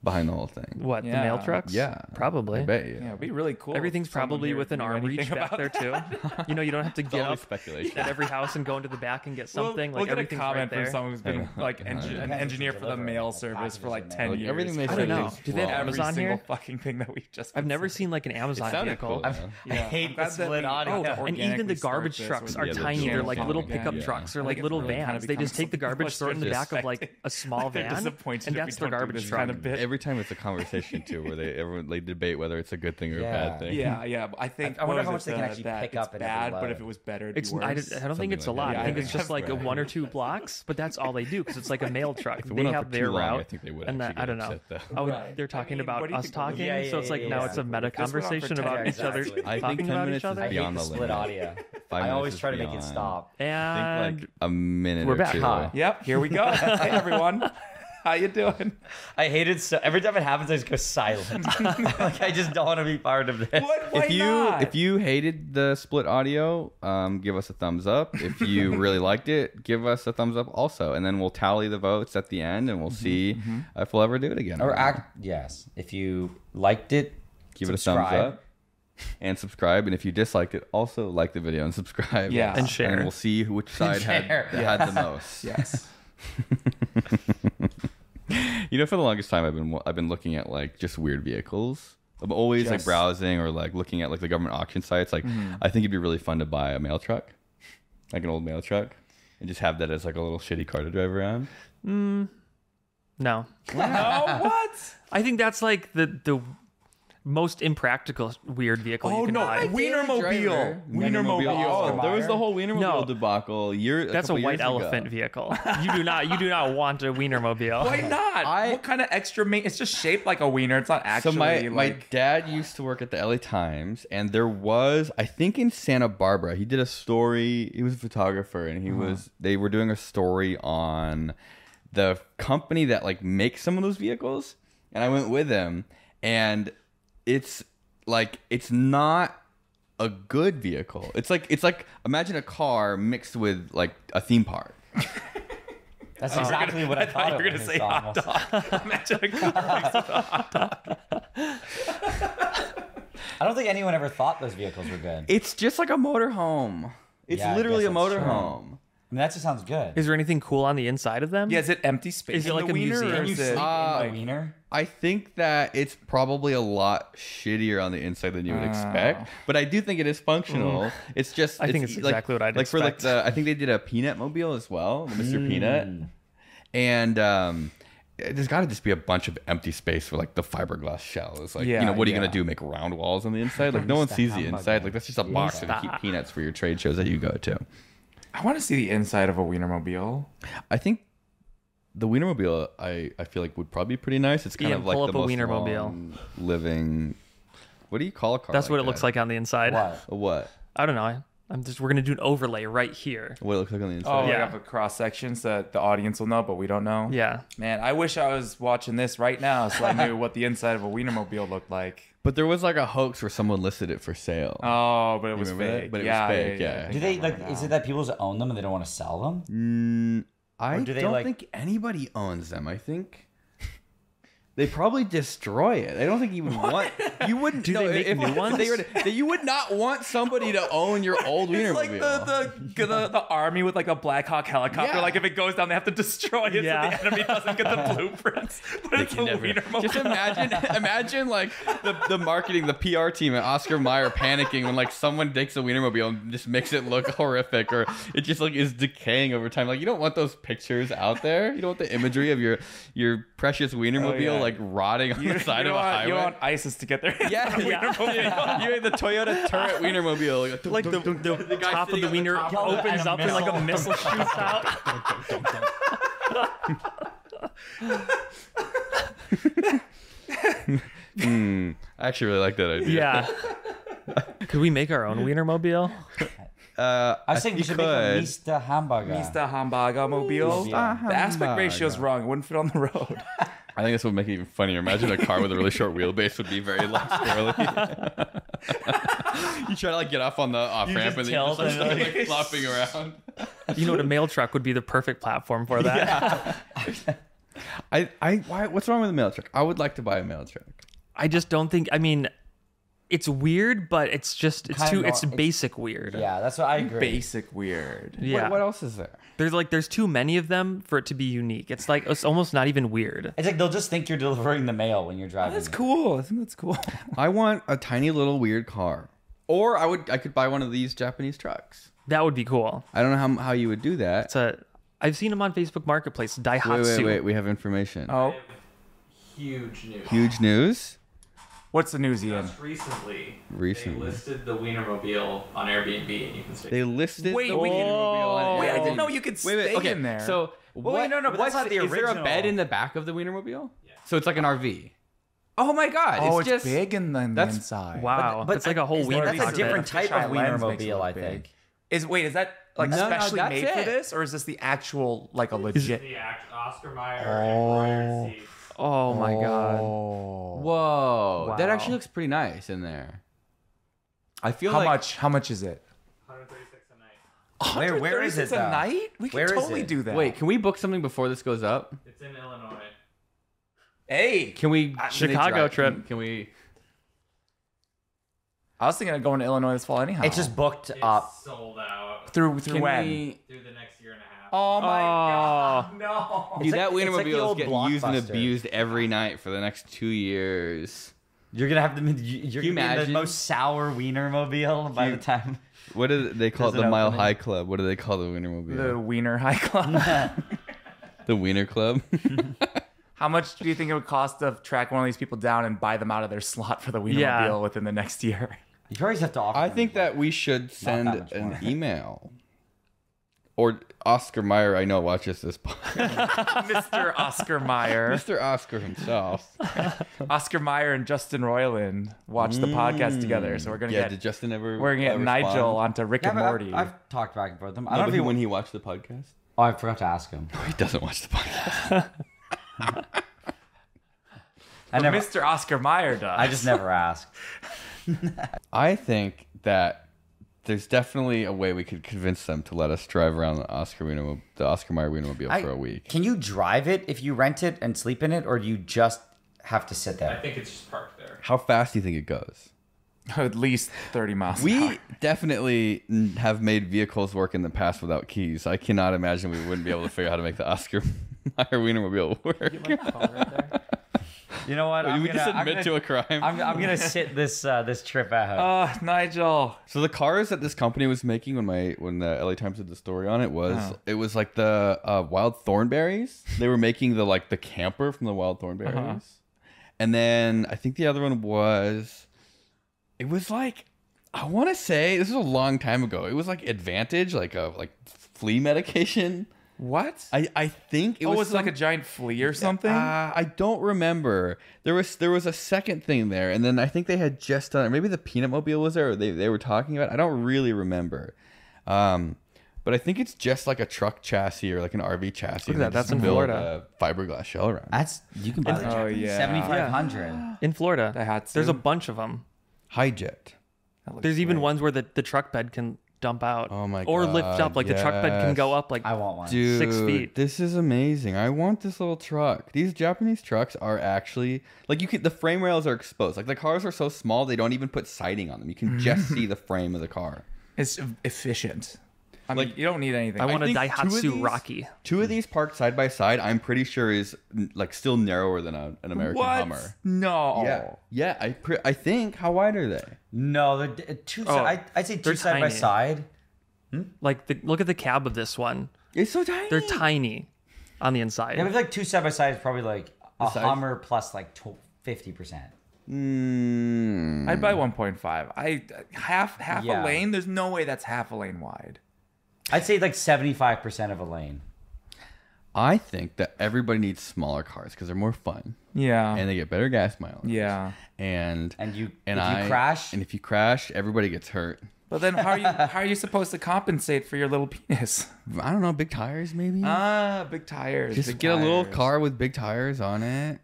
[SPEAKER 1] behind the whole thing.
[SPEAKER 4] What the mail
[SPEAKER 3] Yeah.
[SPEAKER 4] trucks?
[SPEAKER 1] Yeah,
[SPEAKER 4] probably.
[SPEAKER 1] I bet you.
[SPEAKER 3] Yeah, it'd be really cool. if
[SPEAKER 4] Everything's
[SPEAKER 3] someone
[SPEAKER 4] probably
[SPEAKER 3] here
[SPEAKER 4] within
[SPEAKER 3] knew
[SPEAKER 4] arm reach
[SPEAKER 3] anything
[SPEAKER 4] back
[SPEAKER 3] about
[SPEAKER 4] there
[SPEAKER 3] that.
[SPEAKER 4] too. You know, you don't have to
[SPEAKER 1] It's
[SPEAKER 3] (laughs)
[SPEAKER 4] get
[SPEAKER 1] always
[SPEAKER 4] up
[SPEAKER 1] speculation.
[SPEAKER 4] (laughs) at every house and go into the back and get something.
[SPEAKER 3] We'll,
[SPEAKER 4] like
[SPEAKER 3] we'll get a
[SPEAKER 4] everything's right
[SPEAKER 3] comment
[SPEAKER 4] there.
[SPEAKER 3] from someone
[SPEAKER 1] (laughs)
[SPEAKER 3] who's been like engi- an
[SPEAKER 2] Yeah.
[SPEAKER 3] engineer for the
[SPEAKER 2] Delivery,
[SPEAKER 3] mail
[SPEAKER 2] like,
[SPEAKER 3] service
[SPEAKER 2] packages
[SPEAKER 3] for like
[SPEAKER 2] and
[SPEAKER 3] ten
[SPEAKER 1] Like,
[SPEAKER 3] years.
[SPEAKER 1] everything they
[SPEAKER 3] I
[SPEAKER 1] sell
[SPEAKER 3] don't
[SPEAKER 4] is
[SPEAKER 3] know.
[SPEAKER 4] Do they have
[SPEAKER 3] Every
[SPEAKER 4] Amazon
[SPEAKER 3] single
[SPEAKER 4] here?
[SPEAKER 3] fucking thing that we just.
[SPEAKER 4] I've never seen like an Amazon
[SPEAKER 1] Sounded
[SPEAKER 4] vehicle.
[SPEAKER 1] cool. though.
[SPEAKER 2] I hate
[SPEAKER 3] Glad
[SPEAKER 2] this
[SPEAKER 3] that
[SPEAKER 2] lit
[SPEAKER 3] we-
[SPEAKER 2] audio.
[SPEAKER 3] yeah.
[SPEAKER 4] Oh, And even the
[SPEAKER 3] organically start
[SPEAKER 4] garbage
[SPEAKER 3] this
[SPEAKER 4] trucks
[SPEAKER 3] with-
[SPEAKER 4] are
[SPEAKER 1] Yeah, the
[SPEAKER 4] tiny. They're
[SPEAKER 1] channel
[SPEAKER 4] like little
[SPEAKER 1] following.
[SPEAKER 4] pickup
[SPEAKER 1] Yeah.
[SPEAKER 4] trucks or
[SPEAKER 3] I
[SPEAKER 4] like
[SPEAKER 3] think
[SPEAKER 4] little
[SPEAKER 3] it's really kinda
[SPEAKER 4] vans. They
[SPEAKER 3] become
[SPEAKER 4] just take the
[SPEAKER 3] something
[SPEAKER 4] garbage,
[SPEAKER 3] much
[SPEAKER 4] throw it in the
[SPEAKER 3] more
[SPEAKER 4] back of like
[SPEAKER 3] respected.
[SPEAKER 4] a
[SPEAKER 3] (laughs)
[SPEAKER 4] small
[SPEAKER 3] They're
[SPEAKER 4] van,
[SPEAKER 3] disappointed
[SPEAKER 4] and
[SPEAKER 3] if we
[SPEAKER 4] that's
[SPEAKER 3] don't
[SPEAKER 4] their
[SPEAKER 3] do
[SPEAKER 4] garbage
[SPEAKER 3] this
[SPEAKER 4] truck.
[SPEAKER 3] kind of bit.
[SPEAKER 1] every time it's a conversation too, where they everyone they debate whether it's a good thing or a
[SPEAKER 2] Yeah.
[SPEAKER 1] bad thing.
[SPEAKER 3] Yeah, yeah. but I think
[SPEAKER 2] I- I wonder
[SPEAKER 3] what
[SPEAKER 2] how
[SPEAKER 3] was
[SPEAKER 2] much they
[SPEAKER 3] it,
[SPEAKER 2] can
[SPEAKER 3] uh,
[SPEAKER 2] actually
[SPEAKER 3] that
[SPEAKER 2] pick
[SPEAKER 3] it's
[SPEAKER 2] up in every
[SPEAKER 3] bad, but
[SPEAKER 2] level.
[SPEAKER 3] if it was better, it'd
[SPEAKER 4] It's,
[SPEAKER 3] be
[SPEAKER 4] I,
[SPEAKER 3] worse.
[SPEAKER 4] don't- I don't think it's a
[SPEAKER 1] Something like
[SPEAKER 4] lot.
[SPEAKER 1] that.
[SPEAKER 4] I think
[SPEAKER 3] Yeah,
[SPEAKER 4] it's
[SPEAKER 3] yeah.
[SPEAKER 4] just like a one or two blocks, but that's all they do because it's like a mail truck.
[SPEAKER 1] it
[SPEAKER 4] they
[SPEAKER 1] went on
[SPEAKER 4] have
[SPEAKER 1] for
[SPEAKER 4] their
[SPEAKER 1] too long, I
[SPEAKER 4] route,
[SPEAKER 1] think they would
[SPEAKER 4] and
[SPEAKER 1] actually
[SPEAKER 4] that, I
[SPEAKER 1] get
[SPEAKER 4] don't know.
[SPEAKER 1] upset, though.
[SPEAKER 4] I would-
[SPEAKER 3] Right.
[SPEAKER 4] They're
[SPEAKER 3] I
[SPEAKER 4] talking
[SPEAKER 3] mean, what
[SPEAKER 4] about
[SPEAKER 3] do you
[SPEAKER 4] us
[SPEAKER 3] think they'll do?
[SPEAKER 4] talking,
[SPEAKER 2] Yeah,
[SPEAKER 4] so
[SPEAKER 2] yeah,
[SPEAKER 4] it's like
[SPEAKER 2] yeah,
[SPEAKER 4] now
[SPEAKER 2] yeah.
[SPEAKER 4] it's a meta
[SPEAKER 3] This went on for
[SPEAKER 4] conversation
[SPEAKER 3] 10
[SPEAKER 4] about
[SPEAKER 2] hours,
[SPEAKER 4] each other
[SPEAKER 2] actually.
[SPEAKER 1] I think
[SPEAKER 4] talking
[SPEAKER 1] 10
[SPEAKER 4] about
[SPEAKER 1] minutes
[SPEAKER 4] each
[SPEAKER 1] is
[SPEAKER 4] other.
[SPEAKER 2] I hate
[SPEAKER 1] Beyond
[SPEAKER 2] the
[SPEAKER 1] the
[SPEAKER 2] split
[SPEAKER 1] limit. (laughs)
[SPEAKER 2] audio.
[SPEAKER 1] Five
[SPEAKER 2] I
[SPEAKER 1] minutes
[SPEAKER 2] always
[SPEAKER 1] is
[SPEAKER 2] try to make it
[SPEAKER 1] beyond.
[SPEAKER 2] stop.
[SPEAKER 1] I (laughs)
[SPEAKER 4] And
[SPEAKER 1] think like a minute
[SPEAKER 4] We're
[SPEAKER 1] or
[SPEAKER 4] back.
[SPEAKER 1] two.
[SPEAKER 2] Huh.
[SPEAKER 3] Yep, here we
[SPEAKER 4] (laughs)
[SPEAKER 3] go. hey everyone, how you doing?
[SPEAKER 2] I hate it so. Every time it happens, I just go silent. (laughs) like I just don't want to be part of this.
[SPEAKER 3] What? Why
[SPEAKER 1] If you
[SPEAKER 3] not?
[SPEAKER 1] if you hated the split audio, um, give us a thumbs up. (laughs) If you really liked it, give us a thumbs up also, and then we'll tally the votes at the end, and we'll see if we'll ever do it again.
[SPEAKER 2] Or
[SPEAKER 1] not.
[SPEAKER 2] act. Yes. If you liked it,
[SPEAKER 1] give it a
[SPEAKER 2] subscribe.
[SPEAKER 1] thumbs up and subscribe. And if you disliked it, also like the video and subscribe.
[SPEAKER 3] Yeah. And
[SPEAKER 4] share.
[SPEAKER 1] we'll see who- which side had,
[SPEAKER 2] share.
[SPEAKER 1] had the most.
[SPEAKER 3] (laughs) yes,
[SPEAKER 1] You know, for the longest time, I've been I've been looking at like just weird vehicles. I'm always like
[SPEAKER 3] Just-
[SPEAKER 1] browsing or like looking at like the government auction sites. Like,
[SPEAKER 4] Mm-hmm.
[SPEAKER 1] I think it'd be really fun to buy a mail truck, like an old mail truck, and just have that as like a little shitty car to drive around.
[SPEAKER 4] no,
[SPEAKER 3] no, Oh, what?
[SPEAKER 4] I think that's like the the most impractical weird vehicle
[SPEAKER 3] Oh
[SPEAKER 4] you can
[SPEAKER 3] no,
[SPEAKER 4] buy.
[SPEAKER 3] Wienermobile,
[SPEAKER 1] Oh,
[SPEAKER 3] Wienermobile.
[SPEAKER 1] there was the whole Wienermobile
[SPEAKER 4] No.
[SPEAKER 1] debacle. Year,
[SPEAKER 4] That's a
[SPEAKER 1] couple
[SPEAKER 4] white
[SPEAKER 1] years ago.
[SPEAKER 4] elephant vehicle. (laughs) You do not you do not want a wienermobile.
[SPEAKER 3] Why not? what kind of extra meat? It's just shaped like a wiener. It's not actually
[SPEAKER 1] so my, my
[SPEAKER 3] like. (laughs)
[SPEAKER 1] dad used to work at the LA Times, and there was I think in Santa Barbara he did a story. He was a photographer, and he
[SPEAKER 2] Uh-huh.
[SPEAKER 1] was they were doing a story on the company that like makes some of those vehicles. And I went with him, and it's like it's not a good vehicle. It's like it's like imagine a car mixed with like a theme park.
[SPEAKER 2] That's exactly what I, thought.
[SPEAKER 3] you were
[SPEAKER 2] it
[SPEAKER 3] gonna
[SPEAKER 2] was
[SPEAKER 3] say hot
[SPEAKER 2] almost.
[SPEAKER 3] dog. Imagine a car mixed with a hot dog.
[SPEAKER 2] I don't think anyone ever thought those vehicles were good.
[SPEAKER 1] It's just like a motorhome. It's
[SPEAKER 2] Yeah, I
[SPEAKER 1] literally a
[SPEAKER 2] guess that's true.
[SPEAKER 1] motorhome.
[SPEAKER 2] I mean, that just sounds good.
[SPEAKER 4] Is there anything cool on the inside of them?
[SPEAKER 3] Yeah, is it empty space?
[SPEAKER 4] Is it
[SPEAKER 3] in
[SPEAKER 4] like
[SPEAKER 3] the
[SPEAKER 4] a
[SPEAKER 3] wiener,
[SPEAKER 4] museum?
[SPEAKER 3] or
[SPEAKER 4] Can
[SPEAKER 3] is
[SPEAKER 4] you
[SPEAKER 3] it-
[SPEAKER 4] sleep
[SPEAKER 2] a wiener?
[SPEAKER 1] I think that it's probably a lot shittier on the inside than you would
[SPEAKER 4] Ah.
[SPEAKER 1] expect, but I do think it is functional. It's just
[SPEAKER 4] Mm. I think it's
[SPEAKER 1] like-
[SPEAKER 4] exactly what I'd
[SPEAKER 1] like for like
[SPEAKER 4] expect. Hmm.
[SPEAKER 1] the I think they did a peanut mobile as well, the Mr. Peanut, and um, there's got to just be a bunch of empty space for like the fiberglass shell. It's like you
[SPEAKER 3] Yeah,
[SPEAKER 1] know what are you
[SPEAKER 3] yeah.
[SPEAKER 1] gonna do? Make round walls on the inside?
[SPEAKER 4] (laughs)
[SPEAKER 1] Like no one sees the inside. Like that's just a box that you keep peanuts for your trade shows that you go to.
[SPEAKER 3] I want to see the inside of a wienermobile.
[SPEAKER 1] I think the Wienermobile, I, I feel like would probably be pretty nice. It's kind
[SPEAKER 4] Ian,
[SPEAKER 1] of like
[SPEAKER 4] pull
[SPEAKER 1] the
[SPEAKER 4] up a
[SPEAKER 1] most
[SPEAKER 4] Wienermobile.
[SPEAKER 1] long living. What do you call a car?
[SPEAKER 4] that's what it looks
[SPEAKER 1] that?
[SPEAKER 4] like on the inside.
[SPEAKER 2] What?
[SPEAKER 1] A what?
[SPEAKER 4] I don't know. I, I'm just we're gonna do an overlay right here.
[SPEAKER 1] What it looks like on the inside?
[SPEAKER 3] Oh,
[SPEAKER 4] Yeah.
[SPEAKER 3] yeah. have a cross section so that the audience will know, but we don't know.
[SPEAKER 4] Yeah.
[SPEAKER 3] Man, I wish I was watching this right now so I
[SPEAKER 4] (laughs)
[SPEAKER 3] knew what the inside of a wienermobile looked like.
[SPEAKER 1] But there was like a hoax where someone listed it for sale.
[SPEAKER 3] Oh, but it was
[SPEAKER 1] remember that?
[SPEAKER 3] fake.
[SPEAKER 1] But it was
[SPEAKER 3] yeah,
[SPEAKER 1] fake,
[SPEAKER 3] Yeah,
[SPEAKER 1] yeah.
[SPEAKER 3] I
[SPEAKER 2] Do
[SPEAKER 3] think
[SPEAKER 2] they
[SPEAKER 3] I
[SPEAKER 2] like?
[SPEAKER 3] remember
[SPEAKER 2] Is
[SPEAKER 3] now.
[SPEAKER 2] it that people just own them and they don't want to sell them?
[SPEAKER 1] I
[SPEAKER 2] do they,
[SPEAKER 1] don't
[SPEAKER 2] like-
[SPEAKER 1] think anybody owns them. I think they probably destroy it. I don't think
[SPEAKER 3] (laughs)
[SPEAKER 1] you would want. You wouldn't.
[SPEAKER 4] Do
[SPEAKER 1] no,
[SPEAKER 4] they make
[SPEAKER 1] if,
[SPEAKER 4] new
[SPEAKER 1] if
[SPEAKER 4] ones?
[SPEAKER 1] (laughs) They were to- you would not want somebody to own your old Wienermobile.
[SPEAKER 3] (laughs) It's like the, the, the, the army with like a Black Hawk helicopter.
[SPEAKER 1] Yeah.
[SPEAKER 3] Like if it goes down, they have to destroy it (laughs)
[SPEAKER 4] Yeah.
[SPEAKER 3] so the enemy doesn't get
[SPEAKER 4] (laughs)
[SPEAKER 3] the blueprints. But it's a
[SPEAKER 1] can never-
[SPEAKER 3] wienermobile.
[SPEAKER 1] Just imagine, imagine like the, the marketing, the PR team at Oscar Mayer panicking when like someone takes a Wienermobile and just makes it look (laughs) horrific, or it just like is decaying over time. Like you don't want those pictures out there. You don't want the imagery of your your precious Wienermobile
[SPEAKER 3] Oh, yeah.
[SPEAKER 1] like rotting on the side
[SPEAKER 3] you
[SPEAKER 1] of a
[SPEAKER 3] want,
[SPEAKER 1] highway.
[SPEAKER 3] You want ISIS to get there.
[SPEAKER 1] (laughs) yeah, yeah. you had the Toyota turret Wienermobile, like,
[SPEAKER 4] Like the, the, top of
[SPEAKER 1] sitting on
[SPEAKER 4] the
[SPEAKER 1] the
[SPEAKER 4] wiener
[SPEAKER 1] top
[SPEAKER 2] of it.
[SPEAKER 4] opens
[SPEAKER 2] And a
[SPEAKER 4] up and like a missile shoots (laughs) out.
[SPEAKER 1] I actually really like that idea.
[SPEAKER 4] Yeah. Could we make our own wienermobile?
[SPEAKER 1] uh,
[SPEAKER 2] I was saying we
[SPEAKER 1] you
[SPEAKER 2] should make a
[SPEAKER 1] could.
[SPEAKER 2] Mista hamburger.
[SPEAKER 3] Mr. Hamburger Mobile.
[SPEAKER 2] Yeah.
[SPEAKER 3] The aspect ratio's wrong. It wouldn't fit on the road.
[SPEAKER 4] (laughs)
[SPEAKER 1] I think this would make it even funnier. Imagine a car with a really short wheelbase would be very less squirrely. (laughs) you try to like get off on the off ramp and then you
[SPEAKER 2] just
[SPEAKER 1] just
[SPEAKER 2] tilt
[SPEAKER 1] like, start
[SPEAKER 2] and-
[SPEAKER 1] like flopping around.
[SPEAKER 4] You know what? A mail truck would be the perfect platform for that.
[SPEAKER 1] I, I why what's wrong with a mail truck? I would like to buy a mail truck.
[SPEAKER 4] I just don't think. I mean, it's weird, but it's just it's
[SPEAKER 2] Kinda
[SPEAKER 4] too
[SPEAKER 2] nor-
[SPEAKER 4] it's
[SPEAKER 2] it's-
[SPEAKER 4] basic weird.
[SPEAKER 2] Yeah, that's what I agree.
[SPEAKER 3] Basic weird.
[SPEAKER 4] Yeah.
[SPEAKER 1] What, what else is there?
[SPEAKER 4] There's like there's too many of them for it to be unique. It's like it's almost not even weird.
[SPEAKER 2] It's like they'll just think you're delivering the mail when you're driving.
[SPEAKER 3] That's
[SPEAKER 2] it.
[SPEAKER 3] cool. I think that's cool.
[SPEAKER 1] I want a tiny little weird car. Or I would I could buy one of these Japanese trucks.
[SPEAKER 4] That would be cool.
[SPEAKER 1] I don't know how, how you would do that.
[SPEAKER 4] It's a I've seen them on Facebook Marketplace.
[SPEAKER 1] Wait,
[SPEAKER 4] Daihatsu.
[SPEAKER 1] wait, wait, we have information.
[SPEAKER 3] Oh,
[SPEAKER 5] huge news.
[SPEAKER 1] Huge news.
[SPEAKER 3] What's the news, Ian?
[SPEAKER 5] Just recently,
[SPEAKER 1] Recently.
[SPEAKER 5] they listed the Wienermobile on Airbnb, and you can stay.
[SPEAKER 1] They listed.
[SPEAKER 3] Wait,
[SPEAKER 1] the-
[SPEAKER 3] wait,
[SPEAKER 1] Oh.
[SPEAKER 3] wait, I didn't know you could stay in there.
[SPEAKER 1] So what,
[SPEAKER 2] wait, no, no, but that's
[SPEAKER 1] what's-
[SPEAKER 2] not the
[SPEAKER 1] Is there a bed
[SPEAKER 2] original.
[SPEAKER 1] in the back of the Wienermobile? So it's like an RV.
[SPEAKER 3] oh my god,
[SPEAKER 1] Oh,
[SPEAKER 3] it's,
[SPEAKER 1] it's
[SPEAKER 3] just big and then
[SPEAKER 1] that's-
[SPEAKER 3] inside.
[SPEAKER 4] Wow,
[SPEAKER 2] but
[SPEAKER 4] it's like a whole
[SPEAKER 2] is that-
[SPEAKER 4] wiener
[SPEAKER 2] that's a
[SPEAKER 4] cockpit.
[SPEAKER 2] different type
[SPEAKER 3] Fisheye
[SPEAKER 2] of
[SPEAKER 3] lens makes it
[SPEAKER 2] Wienermobile,
[SPEAKER 3] look
[SPEAKER 2] I
[SPEAKER 3] big.
[SPEAKER 2] think.
[SPEAKER 3] Is wait, is that like
[SPEAKER 1] No, no,
[SPEAKER 3] specially
[SPEAKER 1] that's
[SPEAKER 3] made for
[SPEAKER 1] it.
[SPEAKER 3] this, or is this the actual like a legit?
[SPEAKER 5] The act Oscar Mayer and Royer seats.
[SPEAKER 4] Oh my god.
[SPEAKER 3] Oh.
[SPEAKER 1] Whoa, that
[SPEAKER 4] Wow.
[SPEAKER 1] actually looks pretty nice in there. I feel
[SPEAKER 3] How
[SPEAKER 1] like
[SPEAKER 3] much? How much is it?
[SPEAKER 5] 136 a night.
[SPEAKER 2] Where- where is
[SPEAKER 3] 136
[SPEAKER 2] it,
[SPEAKER 3] a
[SPEAKER 2] though?
[SPEAKER 3] night? We
[SPEAKER 2] Where
[SPEAKER 3] could
[SPEAKER 2] is
[SPEAKER 3] totally
[SPEAKER 2] it?
[SPEAKER 3] do that.
[SPEAKER 1] Wait, can we book something before this goes up?
[SPEAKER 5] It's in Illinois.
[SPEAKER 3] hey,
[SPEAKER 1] Can we
[SPEAKER 4] Chicago
[SPEAKER 1] can-
[SPEAKER 4] trip.
[SPEAKER 1] Can we?
[SPEAKER 3] I was thinking of going to Illinois this fall anyhow.
[SPEAKER 2] It's just booked
[SPEAKER 5] It's
[SPEAKER 2] up.
[SPEAKER 5] sold out
[SPEAKER 3] through through
[SPEAKER 1] Can
[SPEAKER 3] when?
[SPEAKER 1] we?
[SPEAKER 5] through the next year and a half.
[SPEAKER 3] Oh my
[SPEAKER 4] Oh.
[SPEAKER 3] god, no!
[SPEAKER 1] Dude,
[SPEAKER 2] like-
[SPEAKER 1] that
[SPEAKER 2] it's like the
[SPEAKER 1] Wienermobile
[SPEAKER 2] old
[SPEAKER 1] is getting used and
[SPEAKER 2] Blockbuster.
[SPEAKER 1] abused every night for the next two years.
[SPEAKER 2] You're gonna have to. You're
[SPEAKER 1] Can you
[SPEAKER 2] gonna be in
[SPEAKER 1] imagine?
[SPEAKER 2] the most sour Wienermobile by the time. (laughs)
[SPEAKER 1] What do they call it?
[SPEAKER 2] Does it
[SPEAKER 1] The Mile
[SPEAKER 2] open it?
[SPEAKER 1] High Club. What do they call the Wienermobile?
[SPEAKER 3] The
[SPEAKER 1] The,
[SPEAKER 3] Wiener (laughs) High Club.
[SPEAKER 1] Wiener Club.
[SPEAKER 3] How much do you think it would cost to track one of these people down and buy them out of their slot for the Wienermobile
[SPEAKER 4] Yeah.
[SPEAKER 3] within the next (laughs) year?
[SPEAKER 2] You always have to offer.
[SPEAKER 1] I
[SPEAKER 2] them
[SPEAKER 1] think
[SPEAKER 2] like-
[SPEAKER 1] that we should send
[SPEAKER 2] that much
[SPEAKER 1] an
[SPEAKER 2] more.
[SPEAKER 1] email. Or Oscar Meyer, I know, watches this (laughs) podcast.
[SPEAKER 3] Mr. Oscar (laughs) Meyer,
[SPEAKER 1] Mr. Oscar himself.
[SPEAKER 3] Oscar Meyer, and Justin Roiland watch the podcast together. So we're gonna
[SPEAKER 1] yeah,
[SPEAKER 3] get
[SPEAKER 1] did Justin ever?
[SPEAKER 3] we're gonna
[SPEAKER 1] uh,
[SPEAKER 3] get
[SPEAKER 1] respond?
[SPEAKER 3] Nigel onto Rick
[SPEAKER 2] Yeah,
[SPEAKER 3] and
[SPEAKER 2] but I've-
[SPEAKER 3] Morty.
[SPEAKER 2] I've, talked back and forth with him. I
[SPEAKER 1] No,
[SPEAKER 2] don't
[SPEAKER 1] but
[SPEAKER 2] know
[SPEAKER 1] he-
[SPEAKER 2] if he,
[SPEAKER 1] when he watched the
[SPEAKER 3] (laughs)
[SPEAKER 1] podcast,
[SPEAKER 2] Oh, I forgot to ask him.
[SPEAKER 1] he doesn't watch the podcast.
[SPEAKER 2] I never.
[SPEAKER 3] Mr. Oscar Meyer does.
[SPEAKER 2] I just
[SPEAKER 1] (laughs)
[SPEAKER 2] never asked.
[SPEAKER 1] (laughs) I think that there's definitely a way we could convince them to let us drive around the Oscar Wiener, the Oscar Mayer Wienermobile
[SPEAKER 2] I-
[SPEAKER 1] for a week.
[SPEAKER 2] Can you drive it if you rent it and sleep in it, or do you just have to sit
[SPEAKER 5] I
[SPEAKER 2] there?
[SPEAKER 5] think it's just parked there.
[SPEAKER 1] How fast do you think it goes?
[SPEAKER 3] (laughs) at least thirty miles. an hour.
[SPEAKER 1] We definitely n- have made vehicles work in the past without keys. I cannot imagine we wouldn't be able to figure out how to make the Oscar (laughs) Mayer Wienermobile work.
[SPEAKER 2] You know what?
[SPEAKER 1] Did
[SPEAKER 2] I'm
[SPEAKER 1] we
[SPEAKER 2] gonna,
[SPEAKER 1] just
[SPEAKER 2] I'm
[SPEAKER 1] admit to
[SPEAKER 2] gonna-
[SPEAKER 1] a crime.
[SPEAKER 2] I'm, I'm gonna sit this uh, this trip out.
[SPEAKER 3] Ah, Nigel.
[SPEAKER 1] so the cars that this company was making when my when the LA Times did the story on it was
[SPEAKER 3] Oh.
[SPEAKER 1] it was like the uh, wild thornberries. They were making the like the camper from the wild thornberries,
[SPEAKER 3] Uh-huh.
[SPEAKER 1] and then I think the other one was it was like I want to say this is a long time ago. It was like Advantage, like a like flea medication.
[SPEAKER 3] What?
[SPEAKER 1] I I think it
[SPEAKER 3] oh,
[SPEAKER 1] was,
[SPEAKER 3] was it like a
[SPEAKER 1] some-
[SPEAKER 3] giant flea or something?
[SPEAKER 1] Uh, I don't remember. There was there was a second thing there, and then I think they had just done. Or maybe the peanut mobile was there. Or they they were talking about. it. I don't really remember. Um, but I think it's just like a truck chassis or like an RV chassis.
[SPEAKER 3] Look at that,
[SPEAKER 1] and they
[SPEAKER 3] that's
[SPEAKER 1] just
[SPEAKER 3] in
[SPEAKER 1] build
[SPEAKER 3] Florida.
[SPEAKER 1] A fiberglass shell around. it.
[SPEAKER 2] That's you can buy
[SPEAKER 3] And- Oh, yeah.
[SPEAKER 2] seventy five hundred.
[SPEAKER 4] In Florida,
[SPEAKER 3] Daihatsu.
[SPEAKER 4] there's a bunch of them.
[SPEAKER 1] Hijet.
[SPEAKER 3] That looks
[SPEAKER 4] There's even
[SPEAKER 3] great.
[SPEAKER 4] ones where the, the truck bed can dump out.
[SPEAKER 1] Oh my
[SPEAKER 4] Or lift
[SPEAKER 1] God,
[SPEAKER 4] up. Like the truck bed can
[SPEAKER 1] yes.
[SPEAKER 4] go up. Like
[SPEAKER 2] I want one.
[SPEAKER 1] Dude,
[SPEAKER 4] Six feet.
[SPEAKER 1] This is amazing. I want this little truck. These Japanese trucks are actually like you can. The frame rails are exposed. Like the cars are so small they don't even put siding on them. You can
[SPEAKER 3] (laughs)
[SPEAKER 1] just see the frame of the car.
[SPEAKER 3] It's efficient. I mean,
[SPEAKER 1] Like-
[SPEAKER 3] you don't need anything.
[SPEAKER 4] I want a
[SPEAKER 1] think two of
[SPEAKER 4] Daihatsu
[SPEAKER 1] these-
[SPEAKER 4] Rocky.
[SPEAKER 1] Two of these parked side by side, I'm pretty sure is n- like still narrower than a, an American
[SPEAKER 3] what?
[SPEAKER 1] Hummer.
[SPEAKER 3] No.
[SPEAKER 1] Yeah, yeah. I pre- I think how wide are they?
[SPEAKER 2] No, they're d- uh, two.
[SPEAKER 4] Oh,
[SPEAKER 2] I, I'd say two
[SPEAKER 4] they're
[SPEAKER 2] side by
[SPEAKER 4] tiny.
[SPEAKER 2] side.
[SPEAKER 4] Like the, look at the cab of this one.
[SPEAKER 1] It's so tiny.
[SPEAKER 4] They're tiny on the inside.
[SPEAKER 2] Yeah, but like two side by side is probably like a
[SPEAKER 1] size?
[SPEAKER 2] Hummer plus like fifty percent.
[SPEAKER 1] Mm.
[SPEAKER 3] I'd buy 1.5. I half half
[SPEAKER 2] Yeah.
[SPEAKER 3] a lane. There's no way that's half a lane wide.
[SPEAKER 2] I'd say like seventy five percent of a lane.
[SPEAKER 1] I think that everybody needs smaller cars because they're more fun
[SPEAKER 3] Yeah.
[SPEAKER 1] and they get better gas mileage.
[SPEAKER 3] yeah.
[SPEAKER 1] and
[SPEAKER 2] And you-
[SPEAKER 1] and
[SPEAKER 2] if you
[SPEAKER 1] I-
[SPEAKER 2] crash-
[SPEAKER 1] and if you crash, everybody gets hurt.
[SPEAKER 3] But then how are (laughs) you how are you supposed to compensate for your little penis?
[SPEAKER 1] I don't know, big tires maybe.
[SPEAKER 3] Ah, big tires.
[SPEAKER 1] Just
[SPEAKER 3] big
[SPEAKER 1] get a little
[SPEAKER 3] tires.
[SPEAKER 1] car with big tires on it.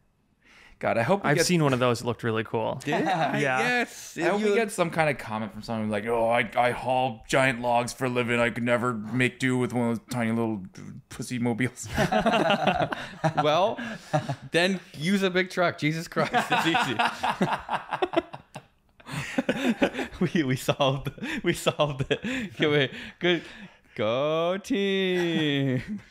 [SPEAKER 3] God, I hope we
[SPEAKER 4] I've
[SPEAKER 3] get,
[SPEAKER 4] seen one of those. It looked really cool.
[SPEAKER 1] Yeah.
[SPEAKER 4] Yeah.
[SPEAKER 1] Yes.
[SPEAKER 3] I hope we get some kind of comment from someone like, "Oh, I, I haul giant logs for a living. I could never make do with one of those tiny little pussy (laughs) mobiles."
[SPEAKER 1] well, then use a big truck. Jesus Christ, it's easy.
[SPEAKER 3] (laughs)
[SPEAKER 1] (laughs) we we solved we solved it. Good, way. good, go team. (laughs)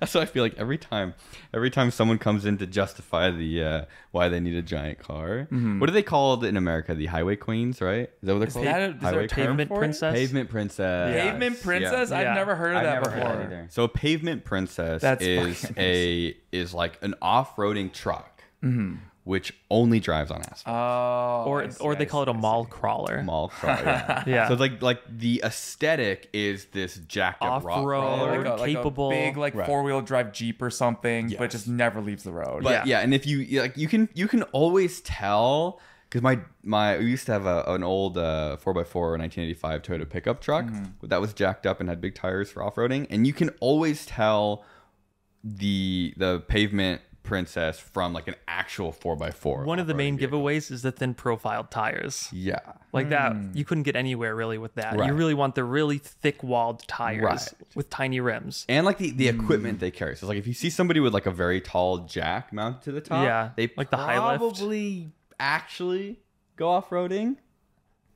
[SPEAKER 1] That's what I feel like every time. Every time someone comes in to justify the uh, why they need a giant car. What are they called in America? The highway queens, right? Is that what they're called?
[SPEAKER 3] that a- Mm-hmm. is there a
[SPEAKER 1] highway
[SPEAKER 3] term
[SPEAKER 4] Pavement
[SPEAKER 3] for it?
[SPEAKER 4] princess.
[SPEAKER 1] Pavement princess.
[SPEAKER 3] Pavement
[SPEAKER 1] Yes, yeah.
[SPEAKER 3] princess? I've
[SPEAKER 4] Yeah.
[SPEAKER 3] never heard of
[SPEAKER 2] I've
[SPEAKER 3] that
[SPEAKER 2] never
[SPEAKER 3] before.
[SPEAKER 2] heard that either.
[SPEAKER 1] So a pavement princess
[SPEAKER 3] That's
[SPEAKER 1] is
[SPEAKER 3] fucking
[SPEAKER 1] a is like an off-roading truck.
[SPEAKER 3] Mm-hmm.
[SPEAKER 1] which only drives on asphalt.
[SPEAKER 3] Oh,
[SPEAKER 4] or or they call it a mall crawler.
[SPEAKER 1] Mall crawler,
[SPEAKER 3] (laughs)
[SPEAKER 1] yeah.
[SPEAKER 4] Yeah.
[SPEAKER 1] So it's like like the aesthetic is this jacked up rock
[SPEAKER 4] Off-road.
[SPEAKER 1] crawler.
[SPEAKER 4] Like a- capable-
[SPEAKER 3] big like
[SPEAKER 1] Right.
[SPEAKER 3] four wheel drive Jeep or something, but just never leaves the road.
[SPEAKER 1] But yeah. and if you like, you can you can always tell because my my we used to have a, an old uh, 4x4 1985 Toyota pickup truck
[SPEAKER 4] Mm-hmm.
[SPEAKER 1] that was jacked up and had big tires for off roading, and you can always tell the the pavement princess from like an actual 4x4.
[SPEAKER 4] One of the
[SPEAKER 1] off-roading
[SPEAKER 4] main
[SPEAKER 1] vehicle.
[SPEAKER 4] giveaways is the thin profiled tires.
[SPEAKER 1] Yeah.
[SPEAKER 4] Like that,
[SPEAKER 2] Hmm.
[SPEAKER 4] you couldn't get anywhere really with that.
[SPEAKER 1] Right.
[SPEAKER 4] You really want the really thick walled tires
[SPEAKER 1] Right.
[SPEAKER 4] with tiny rims.
[SPEAKER 1] And like the, the
[SPEAKER 4] Hmm.
[SPEAKER 1] equipment they carry. So it's like if you see somebody with like a very tall jack mounted to the top,
[SPEAKER 4] Yeah,
[SPEAKER 1] they
[SPEAKER 4] like the high lift.
[SPEAKER 1] probably actually go off roading.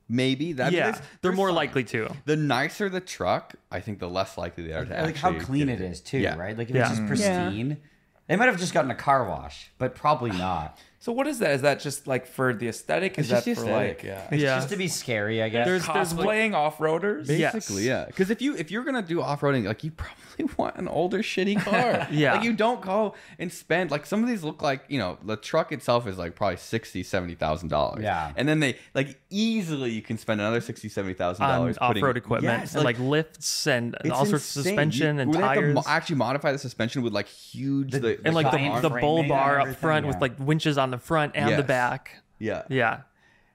[SPEAKER 1] Maybe that
[SPEAKER 4] yeah, they're more likely to.
[SPEAKER 1] The nicer the truck, I think the less likely they are to
[SPEAKER 2] And, like
[SPEAKER 1] actually.
[SPEAKER 2] how clean
[SPEAKER 1] get
[SPEAKER 2] it is too,
[SPEAKER 1] Yeah.
[SPEAKER 2] right? Like if
[SPEAKER 4] Yeah.
[SPEAKER 2] it's just
[SPEAKER 4] Mm.
[SPEAKER 2] pristine, they might have just gotten a car wash, but probably not.
[SPEAKER 3] So what is that? Is that just like for the aesthetic? Is
[SPEAKER 1] It's just
[SPEAKER 3] that
[SPEAKER 1] the
[SPEAKER 3] for
[SPEAKER 1] aesthetic,
[SPEAKER 3] like
[SPEAKER 1] yeah.
[SPEAKER 2] It's
[SPEAKER 4] Yeah.
[SPEAKER 2] just to be scary, I guess.
[SPEAKER 4] There's-
[SPEAKER 3] cosplaying off roaders?
[SPEAKER 4] Yeah.
[SPEAKER 1] Basically, yeah. Because if you if you're gonna do off roading, like you (laughs) probably want an older
[SPEAKER 4] (laughs)
[SPEAKER 1] shitty car.
[SPEAKER 4] Yeah.
[SPEAKER 1] Like you don't go and spend like some of these look like you know the truck itself is like probably sixty seventy thousand dollars.
[SPEAKER 2] Yeah.
[SPEAKER 1] And then they like easily you can spend another sixty seventy thousand
[SPEAKER 4] On
[SPEAKER 1] dollars
[SPEAKER 4] off road equipment
[SPEAKER 1] Yes,
[SPEAKER 4] and like, lifts and
[SPEAKER 1] it's
[SPEAKER 4] all sorts of
[SPEAKER 1] insane.
[SPEAKER 4] suspension
[SPEAKER 1] You-
[SPEAKER 4] and
[SPEAKER 1] we have to
[SPEAKER 4] tires.
[SPEAKER 1] mo- actually modify the suspension with like huge the,
[SPEAKER 4] and like
[SPEAKER 2] giant
[SPEAKER 4] the, the
[SPEAKER 1] arm-
[SPEAKER 4] bull
[SPEAKER 2] framing
[SPEAKER 4] bar
[SPEAKER 2] and
[SPEAKER 4] up
[SPEAKER 2] everything,
[SPEAKER 4] front
[SPEAKER 2] yeah.
[SPEAKER 4] with like winches on the front and the
[SPEAKER 1] Yes.
[SPEAKER 4] back.
[SPEAKER 1] yeah.
[SPEAKER 4] Yeah.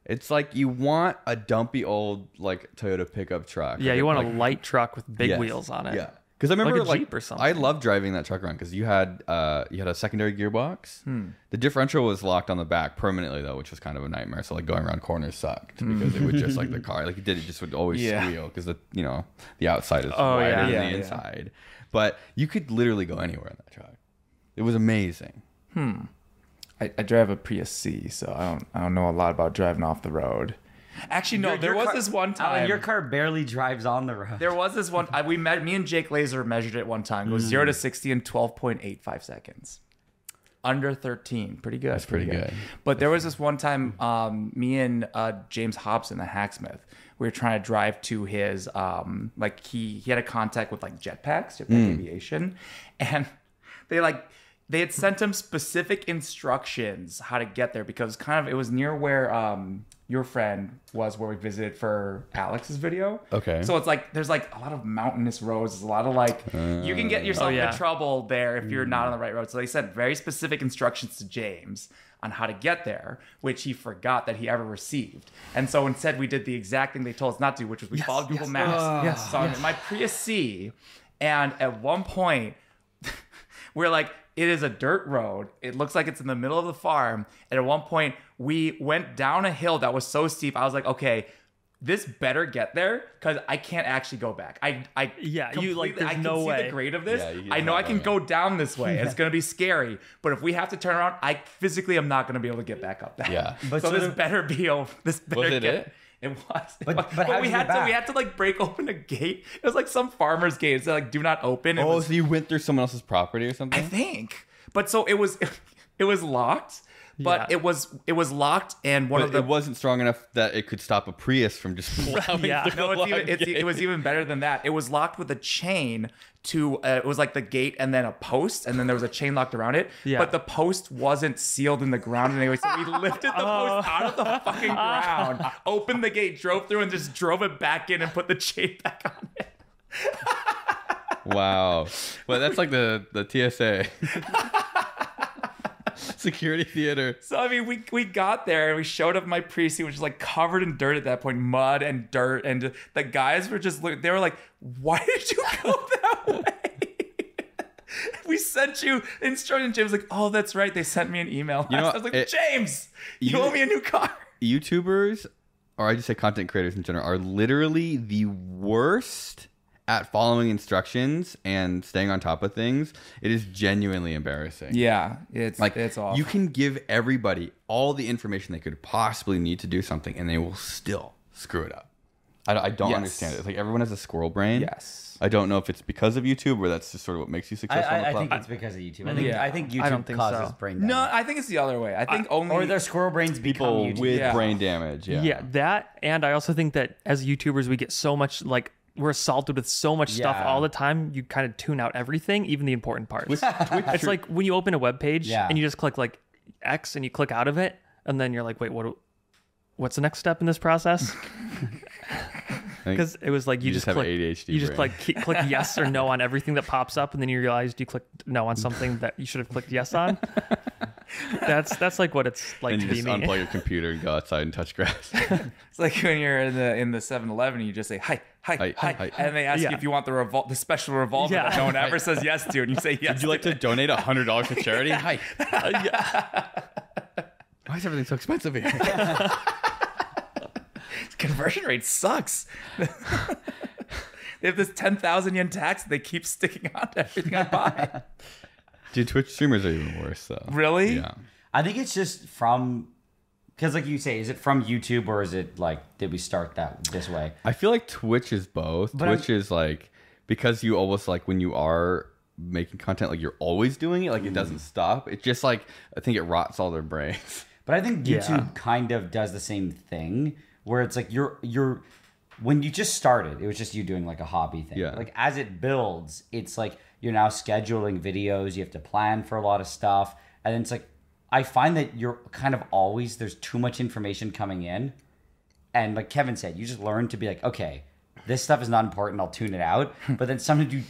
[SPEAKER 1] It's like you want a dumpy old like Toyota pickup truck.
[SPEAKER 4] Yeah,
[SPEAKER 1] Like,
[SPEAKER 4] you want
[SPEAKER 1] like,
[SPEAKER 4] a light truck with big
[SPEAKER 1] Yes.
[SPEAKER 4] wheels on it.
[SPEAKER 1] Yeah, because I remember
[SPEAKER 4] a
[SPEAKER 1] like,
[SPEAKER 4] Jeep or something.
[SPEAKER 1] I love driving that truck around because you had uh you had a secondary gearbox.
[SPEAKER 3] Hmm.
[SPEAKER 1] The differential was locked on the back permanently though, which was kind of a nightmare. So like going around corners sucked because it would just like
[SPEAKER 3] (laughs)
[SPEAKER 1] the car like it did it just would always
[SPEAKER 3] Hmm. Yeah.
[SPEAKER 1] squeal because the you know the outside is
[SPEAKER 4] Oh,
[SPEAKER 1] wider
[SPEAKER 4] yeah.
[SPEAKER 1] than
[SPEAKER 3] Yeah,
[SPEAKER 1] the
[SPEAKER 3] yeah.
[SPEAKER 1] inside. But you could literally go anywhere in that truck. It was amazing.
[SPEAKER 3] I, I drive a Prius C, so I don't I don't know a lot about driving off the road. Actually, no, there
[SPEAKER 2] Your
[SPEAKER 3] was
[SPEAKER 2] car-
[SPEAKER 3] this one
[SPEAKER 2] Alan,
[SPEAKER 3] time.
[SPEAKER 2] your car barely drives on the road.
[SPEAKER 3] there was this one. I, we met. Me and Jake Laser measured it one time. It was
[SPEAKER 1] Mm.
[SPEAKER 3] zero to sixty in twelve point eight five seconds. Under thirteen, pretty good. That's
[SPEAKER 1] pretty good.
[SPEAKER 3] But there was this one time, um, me and uh, James Hobson, the hacksmith, we were trying to drive to his um, like he he had a contact with like jetpacks, jetpack
[SPEAKER 1] Mm.
[SPEAKER 3] aviation, and they like they had sent him specific instructions how to get there because kind of it was near where um, your friend was where we visited for Alex's video.
[SPEAKER 1] Okay.
[SPEAKER 3] So it's like there's like a lot of mountainous roads. There's a lot of like you can get yourself
[SPEAKER 4] Oh, yeah.
[SPEAKER 3] into trouble there if you're not on the right road. So they sent very specific instructions to James on how to get there, which he forgot that he ever received. And so instead, we did the exact thing they told us not to, which was we followed Google Maps. yes, so I'm in my Prius C, and at one point, (laughs) we're like, it is a dirt road. It looks like it's in the middle of the farm. And at one point, we went down a hill that was so steep. I was like, okay, this better get there because I can't actually go back. I, I,
[SPEAKER 4] Yeah, you, like,
[SPEAKER 3] completely- I
[SPEAKER 4] there's
[SPEAKER 3] can
[SPEAKER 4] no
[SPEAKER 3] see
[SPEAKER 4] way.
[SPEAKER 3] the grade of this.
[SPEAKER 1] Yeah, you can
[SPEAKER 3] I know I
[SPEAKER 1] drive
[SPEAKER 3] can
[SPEAKER 1] around.
[SPEAKER 3] go down this way. It's gonna be scary. But if we have to turn around, I physically am not gonna be able to get back up that. (laughs)
[SPEAKER 1] Yeah.
[SPEAKER 2] But
[SPEAKER 3] But so
[SPEAKER 2] sort
[SPEAKER 3] this
[SPEAKER 2] of-
[SPEAKER 3] better be over. This better
[SPEAKER 1] it
[SPEAKER 3] get,
[SPEAKER 1] it?
[SPEAKER 3] It was. It
[SPEAKER 2] But-
[SPEAKER 3] was.
[SPEAKER 2] but how did
[SPEAKER 3] we
[SPEAKER 2] you
[SPEAKER 3] had
[SPEAKER 2] get
[SPEAKER 3] to we
[SPEAKER 2] back?
[SPEAKER 3] had to like break open a gate. It was like some farmer's gate. It's like do not open. It
[SPEAKER 1] Oh,
[SPEAKER 3] was
[SPEAKER 1] so you went through someone else's property or
[SPEAKER 3] I
[SPEAKER 1] something?
[SPEAKER 3] think. But so it was (laughs) it was locked, but
[SPEAKER 4] Yeah.
[SPEAKER 3] it was it was locked and one
[SPEAKER 1] but
[SPEAKER 3] of the
[SPEAKER 1] it wasn't strong enough that it could stop a Prius from just
[SPEAKER 4] (laughs)
[SPEAKER 1] plowing
[SPEAKER 4] Yeah.
[SPEAKER 1] through
[SPEAKER 3] no,
[SPEAKER 1] the
[SPEAKER 3] it's even,
[SPEAKER 1] log
[SPEAKER 3] it's, e- it was even better than that. It was locked with a chain to uh, it was like the gate and then a post and then there was a chain locked around it.
[SPEAKER 4] Yeah.
[SPEAKER 3] But the post wasn't sealed in the ground anyway, so we lifted the post out of the fucking ground, opened the gate, drove through, and just drove it back in and put the chain back on it.
[SPEAKER 1] Wow. Well, that's like the, the TSA. (laughs) Security theater.
[SPEAKER 3] So I mean, we we got there and we showed up in my precinct, which was like covered in dirt at that point, mud and dirt, and the guys were just look. They were like, "Why did you
[SPEAKER 1] (laughs)
[SPEAKER 3] go that way?" (laughs) we sent you instruction. James was like, "Oh, that's right. They sent me an email."
[SPEAKER 1] You know
[SPEAKER 3] I was like,
[SPEAKER 1] what? It-
[SPEAKER 3] "James, you,
[SPEAKER 1] you-
[SPEAKER 3] owe me a
[SPEAKER 1] (laughs)
[SPEAKER 3] new car."
[SPEAKER 1] YouTubers, or I just say content creators in general, are literally the worst at following instructions and staying on top of things. It is genuinely embarrassing.
[SPEAKER 3] Yeah, it's
[SPEAKER 1] Like You can give everybody all the information they could possibly need to do something, and they will still screw it up. I don't, I don't
[SPEAKER 3] Yes.
[SPEAKER 1] understand it. It's like everyone has a squirrel brain.
[SPEAKER 3] Yes.
[SPEAKER 1] I don't know if it's because of YouTube or that's just sort of what makes you
[SPEAKER 2] I,
[SPEAKER 1] successful on
[SPEAKER 2] I,
[SPEAKER 1] the
[SPEAKER 2] I think
[SPEAKER 1] platform.
[SPEAKER 2] it's because of YouTube. I think
[SPEAKER 3] Mm, Yeah.
[SPEAKER 2] I think YouTube
[SPEAKER 4] I don't think
[SPEAKER 2] causes
[SPEAKER 4] so.
[SPEAKER 2] brain
[SPEAKER 3] no,
[SPEAKER 2] damage.
[SPEAKER 3] I think it's the other way. I think only
[SPEAKER 2] or their squirrel brains become
[SPEAKER 1] people
[SPEAKER 2] YouTube.
[SPEAKER 1] with
[SPEAKER 3] Yeah.
[SPEAKER 1] brain damage. Yeah.
[SPEAKER 4] (laughs) yeah. that and I also think that as YouTubers we get so much like we're assaulted with so much stuff
[SPEAKER 2] Yeah.
[SPEAKER 4] all the time, you kind of tune out everything, even the important parts.
[SPEAKER 1] With Twitch,
[SPEAKER 4] it's like when you open a web page
[SPEAKER 2] Yeah.
[SPEAKER 4] and you just click like X and you click out of it, and then you're like, wait, what? do- What's the next step in this process? Because it was like you,
[SPEAKER 1] you
[SPEAKER 4] just,
[SPEAKER 1] just have
[SPEAKER 4] click,
[SPEAKER 1] ADHD
[SPEAKER 4] you just
[SPEAKER 1] brain.
[SPEAKER 4] click ke- click yes or no on everything that pops up, and then you realized you clicked no on something that you should have clicked yes on. that's that's like what it's like
[SPEAKER 1] and you
[SPEAKER 4] to be
[SPEAKER 1] just
[SPEAKER 4] me.
[SPEAKER 1] unplug your computer and go outside and touch grass.
[SPEAKER 3] It's (laughs) like when you're in the in the 7-Eleven, you just say hi, hi, hi,
[SPEAKER 1] Hi, hi.
[SPEAKER 3] and they ask
[SPEAKER 4] Yeah.
[SPEAKER 3] you if you want the revol- the special revolver
[SPEAKER 4] Yeah.
[SPEAKER 3] that
[SPEAKER 1] (laughs)
[SPEAKER 3] no one ever says yes to, and you say yes.
[SPEAKER 1] Would you like to donate hundred dollars to charity? Hi. Why is everything so expensive here?
[SPEAKER 3] conversion rate sucks. they have this 10,000 yen tax that they keep sticking on to everything I buy.
[SPEAKER 1] (laughs) Dude, Twitch streamers are even worse though.
[SPEAKER 3] Really?
[SPEAKER 1] Yeah.
[SPEAKER 2] I think it's just from because, like you say, is it from YouTube or is it like did we start that this way?
[SPEAKER 1] I feel like Twitch is both.
[SPEAKER 2] I'm-
[SPEAKER 1] Twitch is like because you almost like when you are making content, like you're always doing it, like it doesn't stop. It just like I think it rots all their brains.
[SPEAKER 2] But I think YouTube kind of does the same thing where it's like you're you're when you just started, it was just you doing like a hobby thing.
[SPEAKER 1] Yeah.
[SPEAKER 2] Like as it builds, it's like you're now scheduling videos, you have to plan for a lot of stuff. And then it's like I find that you're kind of always there's too much information coming in. And like Kevin said, you just learn to be like, okay, this stuff is not important, I'll tune it out. But then sometimes you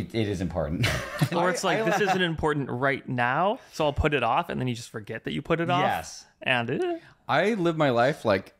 [SPEAKER 2] it, it is important. (laughs)
[SPEAKER 4] (laughs) or it's like this isn't important right now, so I'll put it off, and then you just forget that you put it off.
[SPEAKER 2] Yes.
[SPEAKER 4] and eh,
[SPEAKER 1] I live my life like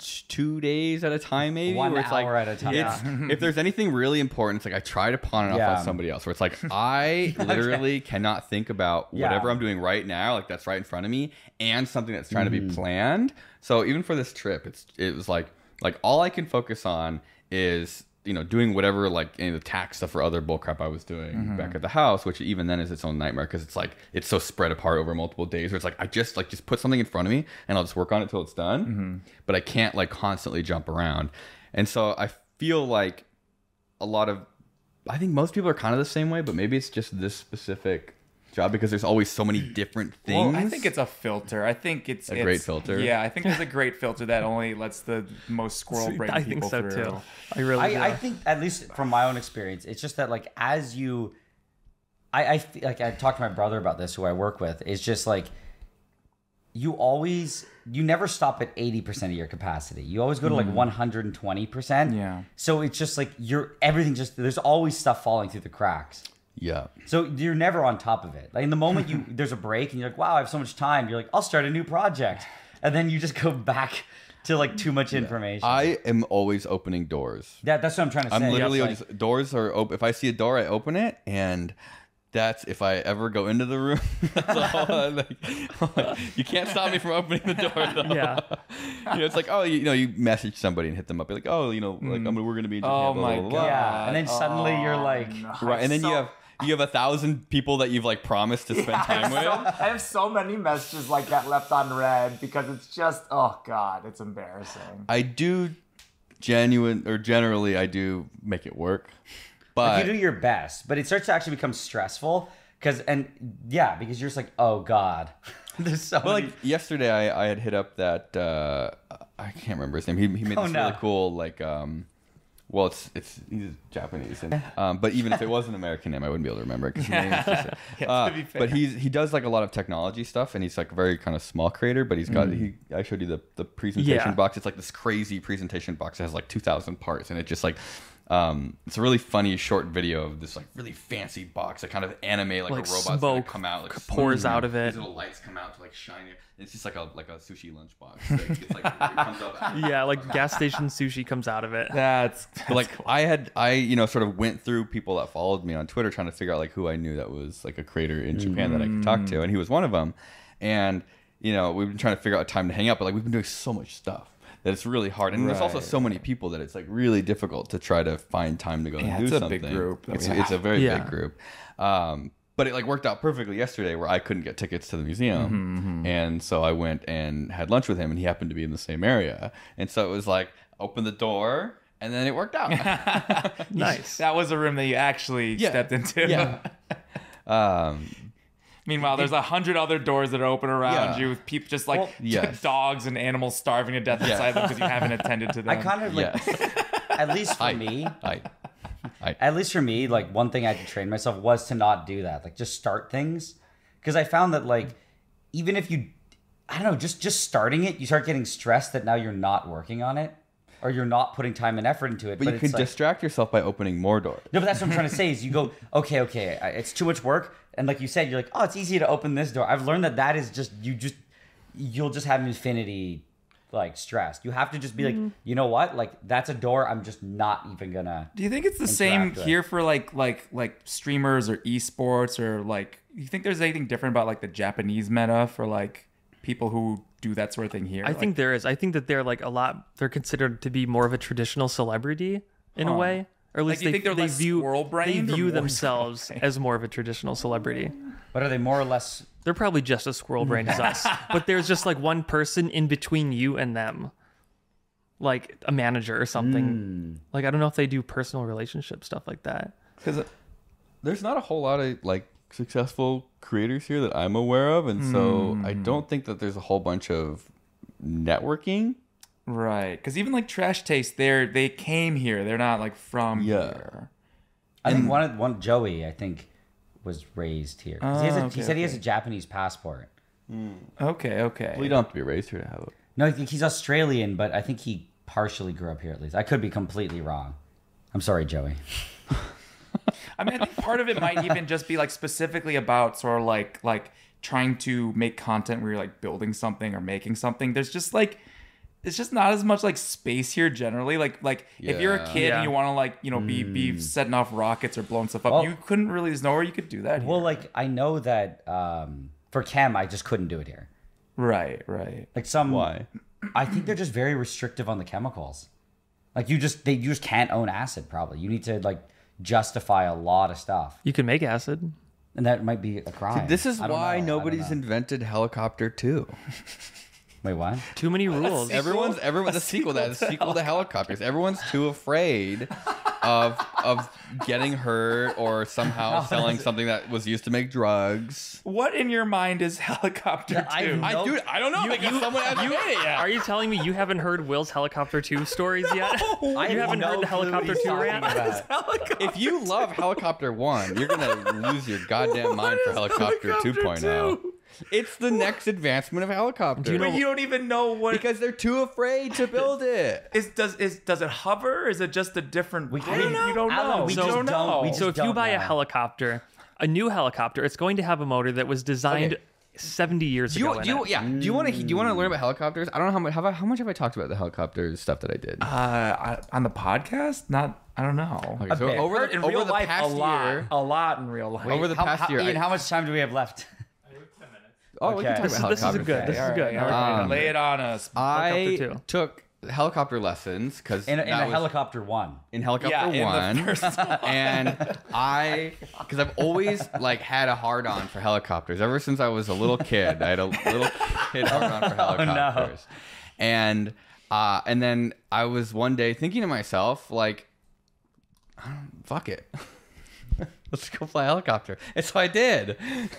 [SPEAKER 1] t- two days at a time, maybe.
[SPEAKER 2] One
[SPEAKER 1] where it's
[SPEAKER 2] hour
[SPEAKER 1] like,
[SPEAKER 2] at a time.
[SPEAKER 1] it's- if there's anything really important, it's like I try to pawn it off
[SPEAKER 2] Yeah.
[SPEAKER 1] on somebody else. Where it's like I literally cannot think about
[SPEAKER 2] Yeah.
[SPEAKER 1] whatever I'm doing right now, like that's right in front of me, and something that's trying to be planned. So even for this trip, it's it was like like all I can focus on is you know doing whatever like any of the tax stuff or other bullcrap I was doing back at the house, which even then is its own nightmare because it's like it's so spread apart over multiple days. Where it's like I just like just put something in front of me and I'll just work on it till it's done, but I can't like constantly jump around, and so I feel like a lot of I think most people are kind of the same way, but maybe it's just this specific job because there's always so many different things.
[SPEAKER 3] Well, I think it's a filter. I think it's
[SPEAKER 1] A
[SPEAKER 3] it's-
[SPEAKER 1] great filter?
[SPEAKER 3] Yeah, I think there's a great filter that only lets the most squirrel brain
[SPEAKER 4] I think
[SPEAKER 3] people
[SPEAKER 4] so
[SPEAKER 3] through.
[SPEAKER 4] too. I really. do.
[SPEAKER 2] I, I think at least from my own experience, it's just that like as you, I, I feel like I talked to my brother about this, who I work with. It's just like you always you never stop at 80% of your capacity you always go to
[SPEAKER 1] Mm.
[SPEAKER 2] like 120%
[SPEAKER 3] Yeah.
[SPEAKER 2] so it's just like you're everything just there's always stuff falling through the cracks
[SPEAKER 1] yeah.
[SPEAKER 2] so you're never on top of it. Like in the
[SPEAKER 1] (laughs)
[SPEAKER 2] moment you there's a break and you're like, wow, I have so much time. You're like, I'll start a new project, and then you just go back to like too much information.
[SPEAKER 1] I am always opening doors.
[SPEAKER 2] that, that's what I'm trying to say.
[SPEAKER 1] I'm literally
[SPEAKER 2] It's like-
[SPEAKER 1] just doors are open. If I see a door, I open it, and that's if I ever go into the room. (laughs) that's
[SPEAKER 3] (laughs)
[SPEAKER 1] all. like, (laughs) you can't stop me from opening the door, though.
[SPEAKER 4] Yeah.
[SPEAKER 1] you know, it's like oh, you, know, you message somebody and hit them up, you're like oh, you know, like I'm, we're gonna be. in Japan,
[SPEAKER 3] Oh
[SPEAKER 1] blah,
[SPEAKER 3] my
[SPEAKER 1] blah, blah, blah.
[SPEAKER 2] yeah, and then suddenly
[SPEAKER 1] Oh,
[SPEAKER 2] you're like,
[SPEAKER 1] Right, and then you have you have a thousand people that you've like promised
[SPEAKER 3] (laughs)
[SPEAKER 1] to spend time with.
[SPEAKER 5] (laughs) I have so many messages like that left unread because it's just oh god, it's embarrassing.
[SPEAKER 1] I do genuine or generally I do make it work. But
[SPEAKER 2] you do your best, but it starts to actually become stressful because and yeah, because you're just like, oh god, (laughs) there's so
[SPEAKER 1] but
[SPEAKER 2] many.
[SPEAKER 1] like yesterday I, I had hit up that uh I can't remember his name. He, he made
[SPEAKER 2] Oh,
[SPEAKER 1] this
[SPEAKER 2] no.
[SPEAKER 1] really cool like um well it's it's he's Japanese and um but even if it was an American name I wouldn't be able to remember it 'cause his name is just Uh,
[SPEAKER 3] be fair.
[SPEAKER 1] but he's he does like a lot of technology stuff, and he's like a very kind of small creator. But he's got he I showed you the the presentation
[SPEAKER 4] Yeah.
[SPEAKER 1] box. It's like this crazy presentation box that has like two thousand parts, and it just like um it's a really funny short video of this like really fancy box that kind of anime like,
[SPEAKER 4] Like
[SPEAKER 1] a robot's gonna
[SPEAKER 4] smoke
[SPEAKER 1] come out like
[SPEAKER 4] c-
[SPEAKER 1] smoke
[SPEAKER 4] pours
[SPEAKER 1] coming
[SPEAKER 4] out of it.
[SPEAKER 1] These little lights come out to like shine it. It's just like a like a sushi lunch box. (laughs) Like, it's like it comes
[SPEAKER 3] (laughs)
[SPEAKER 1] up.
[SPEAKER 4] yeah, like gas station sushi comes out of it.
[SPEAKER 3] That's
[SPEAKER 1] But, like I had I you know sort of went through people that followed me on Twitter trying to figure out like who I knew that was like a creator in Japan that I could talk
[SPEAKER 3] Mm.
[SPEAKER 1] to and he was one of them and you know we've been trying to figure out a time to hang out but like we've been doing so much stuff that it's really hard and there's also
[SPEAKER 3] Right.
[SPEAKER 1] so many people that it's like really difficult to try to find time to go
[SPEAKER 3] Yeah,
[SPEAKER 1] and do
[SPEAKER 3] it's a
[SPEAKER 1] something
[SPEAKER 3] big group that
[SPEAKER 1] it's,
[SPEAKER 3] we
[SPEAKER 1] it's a
[SPEAKER 3] have.
[SPEAKER 1] very
[SPEAKER 4] Yeah.
[SPEAKER 1] big group um but it like worked out perfectly yesterday where I couldn't get tickets to the museum and so I went and had lunch with him and he happened to be in the same area and so it was like open the door and then it worked out
[SPEAKER 4] Nice.
[SPEAKER 3] that was a room that you actually stepped
[SPEAKER 1] (laughs)
[SPEAKER 3] into. (laughs)
[SPEAKER 1] Yeah. (laughs) um,
[SPEAKER 3] Meanwhile, there's a hundred other doors that are open around
[SPEAKER 1] Yeah.
[SPEAKER 3] you with people just like (laughs)
[SPEAKER 1] yes.
[SPEAKER 3] dogs and animals starving to death inside them because you haven't attended to them.
[SPEAKER 2] I kind of like
[SPEAKER 1] (laughs) yes.
[SPEAKER 2] at least for
[SPEAKER 1] I-
[SPEAKER 2] me,
[SPEAKER 1] I, I,
[SPEAKER 2] at least for me, like one thing I had to train myself was to not do that. Like just start things. Cause I found that like even if you, I don't know, just just starting it, you start getting stressed that now you're not working on it, or you're not putting time and effort into it.
[SPEAKER 1] But, you
[SPEAKER 2] it's
[SPEAKER 1] could
[SPEAKER 2] like-
[SPEAKER 1] distract yourself by opening more doors.
[SPEAKER 2] No, but that's what I'm trying to say is you go, okay, okay, I- it's too much work. And like you said, you're like, oh, it's easy to open this door. I've learned that that is just, you just, you'll just have infinity like stress. You have to just be like, you know what? Like, that's a door I'm just not even gonna.
[SPEAKER 3] Do you think it's the same
[SPEAKER 2] Interact with.
[SPEAKER 3] here for like like like streamers or esports or like you think there's anything different about like the Japanese meta for like people who do that sort of thing here?
[SPEAKER 4] I think there is. I think that they're like a lot. They're considered to be more of a traditional celebrity in a way, or at least
[SPEAKER 3] you
[SPEAKER 4] they,
[SPEAKER 3] think they're
[SPEAKER 4] they
[SPEAKER 3] less
[SPEAKER 4] view they
[SPEAKER 3] squirrel-brained or
[SPEAKER 4] view
[SPEAKER 3] more
[SPEAKER 4] themselves as more of a traditional celebrity.
[SPEAKER 2] But are they more or less?
[SPEAKER 4] They're probably just as squirrel brained
[SPEAKER 3] (laughs)
[SPEAKER 4] as us, but there's just like one person in between you and them, like a manager or
[SPEAKER 3] Hmm.
[SPEAKER 4] something. Like I don't know if they do personal relationship stuff like that.
[SPEAKER 1] because uh, there's not a whole lot of like successful creators here that I'm aware of, and so I don't think that there's a whole bunch of networking.
[SPEAKER 3] right because even like Trash Taste, they're they came here. They're not like from
[SPEAKER 1] Yeah.
[SPEAKER 3] here.
[SPEAKER 2] I think one of one Joey, I think, was raised here. 'Cause he, has a,
[SPEAKER 3] Ah,
[SPEAKER 2] he
[SPEAKER 3] okay,
[SPEAKER 2] said he has
[SPEAKER 3] okay.
[SPEAKER 2] a Japanese passport.
[SPEAKER 3] Okay, okay.
[SPEAKER 1] Well, you don't have to be raised here to have it.
[SPEAKER 2] No, I think he's Australian, but I think he partially grew up here at least. I could be completely wrong. I'm sorry, Joey.
[SPEAKER 3] I mean, I think part of it might even just be like specifically about sort of like like trying to make content where you're like building something or making something. There's just like it's just not as much like space here generally. Like like if you're a
[SPEAKER 1] Yeah. Hmm.
[SPEAKER 3] kid
[SPEAKER 4] Yeah.
[SPEAKER 3] and you want to like you know be be setting off rockets or blowing stuff up,
[SPEAKER 2] Well-
[SPEAKER 3] you couldn't really. There's nowhere you could do that. here.
[SPEAKER 2] Well, like I know that um, for Chem, I just couldn't do it here.
[SPEAKER 3] right, right.
[SPEAKER 2] Like some,
[SPEAKER 1] Why?
[SPEAKER 2] I think they're just very restrictive on the chemicals. Like you just, they you just can't own acid. Probably you need to like justify a lot of stuff,
[SPEAKER 4] You can make acid.
[SPEAKER 2] and that might be a crime.
[SPEAKER 1] This is
[SPEAKER 2] I don't
[SPEAKER 1] why
[SPEAKER 2] know. I don't
[SPEAKER 1] nobody's
[SPEAKER 2] know.
[SPEAKER 1] invented Helicopter Two.
[SPEAKER 2] Wait, what?
[SPEAKER 4] Too
[SPEAKER 3] (laughs)
[SPEAKER 4] many rules.
[SPEAKER 1] Everyone's everyone's a sequel to that a sequel to helicopters. Everyone's too afraid of of getting hurt or
[SPEAKER 2] (laughs)
[SPEAKER 1] somehow selling something that was used to make drugs.
[SPEAKER 3] What in your mind is (laughs) helicopter?
[SPEAKER 2] I
[SPEAKER 3] two?
[SPEAKER 2] know-
[SPEAKER 1] I, dude, I don't know because someone hasn't made it yet.
[SPEAKER 4] Are you telling me you haven't heard Will's helicopter two
[SPEAKER 3] (laughs)
[SPEAKER 4] stories yet?
[SPEAKER 2] I
[SPEAKER 4] you haven't heard the helicopter two rant?
[SPEAKER 1] If you love Helicopter 1, you're going to lose your goddamn mind for Helicopter, 2.0. It's the next advancement of Helicopter.
[SPEAKER 4] you know-
[SPEAKER 3] But you don't even know what
[SPEAKER 1] because they're too afraid to build it.
[SPEAKER 3] is does is does it hover? Is it just a different?
[SPEAKER 2] We
[SPEAKER 3] I don't
[SPEAKER 2] couldn't-
[SPEAKER 3] know. You don't
[SPEAKER 2] Alan,
[SPEAKER 3] know.
[SPEAKER 2] we
[SPEAKER 3] You
[SPEAKER 4] just
[SPEAKER 3] don't
[SPEAKER 2] don't-
[SPEAKER 3] know.
[SPEAKER 2] we
[SPEAKER 4] So if you
[SPEAKER 2] don't
[SPEAKER 4] buy a
[SPEAKER 2] know.
[SPEAKER 4] helicopter, a new helicopter, it's going to have a motor that was designed
[SPEAKER 1] Okay.
[SPEAKER 4] 70 years
[SPEAKER 1] Do you,
[SPEAKER 4] ago. in
[SPEAKER 1] do you,
[SPEAKER 4] it.
[SPEAKER 1] yeah. Do you want to? Do you want to learn about helicopters? I don't know how much. How, how much have I talked about the helicopters stuff that I did?
[SPEAKER 3] Uh, I, on the podcast? Not, I don't know.
[SPEAKER 1] Okay, so over
[SPEAKER 3] in
[SPEAKER 1] over
[SPEAKER 3] real
[SPEAKER 1] the
[SPEAKER 3] life,
[SPEAKER 1] past
[SPEAKER 3] a lot, Oh,
[SPEAKER 1] year,
[SPEAKER 3] a lot in real life.
[SPEAKER 1] over the
[SPEAKER 2] How,
[SPEAKER 1] past
[SPEAKER 2] how,
[SPEAKER 1] year,
[SPEAKER 2] Ian,
[SPEAKER 1] I-
[SPEAKER 2] how much time do we have left?
[SPEAKER 1] oh, we can
[SPEAKER 2] Okay.
[SPEAKER 1] talk
[SPEAKER 4] This,
[SPEAKER 1] about
[SPEAKER 4] is- this is a
[SPEAKER 1] helicopters.
[SPEAKER 4] good. This is good.
[SPEAKER 3] All right,
[SPEAKER 1] Um,
[SPEAKER 3] lay it on us.
[SPEAKER 1] I
[SPEAKER 4] Helicopter two.
[SPEAKER 1] took helicopter lessons because
[SPEAKER 2] In a, in a helicopter one.
[SPEAKER 1] in helicopter
[SPEAKER 3] Yeah, in
[SPEAKER 1] one,
[SPEAKER 3] the first (laughs) one.
[SPEAKER 1] and I, because I've always like had a hard on for helicopters ever since I was a little kid. I had a little kid hard on for helicopters, and uh, and then I was one day thinking to myself like, I don't- fuck it, (laughs) let's go fly a helicopter, and so I did. (laughs)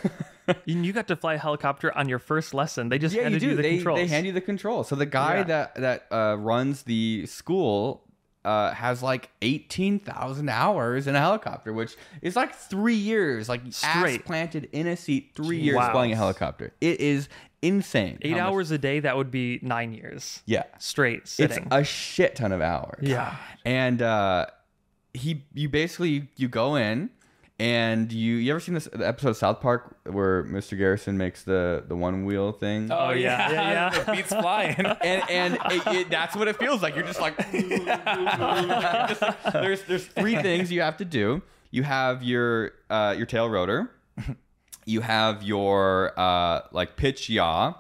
[SPEAKER 4] And you got to fly a helicopter on your first lesson. They just
[SPEAKER 1] Yeah, you
[SPEAKER 4] handed
[SPEAKER 1] do.
[SPEAKER 4] you, the
[SPEAKER 1] they,
[SPEAKER 4] controls.
[SPEAKER 1] they hand you the control. So the guy
[SPEAKER 4] Yeah.
[SPEAKER 1] that that uh, runs the school uh, has like eighteen thousand hours in a helicopter, which is like three years, like ass
[SPEAKER 4] Straight.
[SPEAKER 1] planted in a seat, three years
[SPEAKER 4] Wow.
[SPEAKER 1] flying a helicopter. It is insane.
[SPEAKER 4] Eight
[SPEAKER 1] how much-
[SPEAKER 4] hours a day, that would be nine years
[SPEAKER 1] yeah,
[SPEAKER 4] straight
[SPEAKER 1] it's
[SPEAKER 4] sitting.
[SPEAKER 1] a shit ton of hours
[SPEAKER 4] yeah.
[SPEAKER 1] and uh, he you basically you go in and you you ever seen this the episode of South Park where Mr. Garrison makes the the one wheel thing?
[SPEAKER 3] oh
[SPEAKER 4] yeah, yeah,
[SPEAKER 1] (laughs)
[SPEAKER 4] yeah.
[SPEAKER 3] the beats flying.
[SPEAKER 1] and and it, it, that's what it feels like. You're just like, (laughs) Just like- there's there's three things you have to do. You have your uh, your tail rotor, you have your uh, like pitch yaw,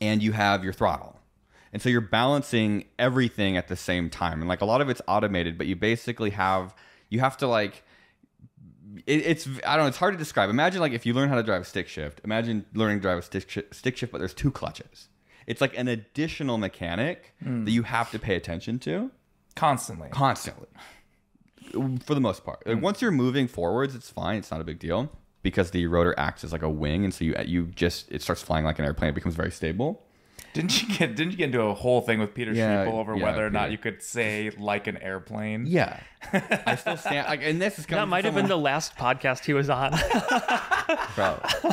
[SPEAKER 1] and you have your throttle. And so you're balancing everything at the same time. And like a lot of it's automated, but you basically have you have to like it, it's I don't know. It's hard to describe. Imagine like if you learn how to drive a stick shift. Imagine learning to drive a stick shi- stick shift, but there's two clutches. It's like an additional mechanic
[SPEAKER 4] Hmm.
[SPEAKER 1] that you have to pay attention to
[SPEAKER 3] Constantly.
[SPEAKER 1] constantly, for the most part.
[SPEAKER 4] Hmm.
[SPEAKER 1] Like, once you're moving forwards, it's fine. It's not a big deal because the rotor acts as like a wing, and so you you just it starts flying like an airplane. It becomes very stable.
[SPEAKER 3] Didn't you get didn't you get into a whole thing with Peter
[SPEAKER 1] Yeah,
[SPEAKER 3] Schmeepel over
[SPEAKER 1] yeah,
[SPEAKER 3] whether or not
[SPEAKER 1] Peter.
[SPEAKER 3] you could say like an airplane?
[SPEAKER 1] Yeah, (laughs) I still stand. Like, and this is coming
[SPEAKER 4] That might have been the last podcast he
[SPEAKER 1] (laughs)
[SPEAKER 4] was on.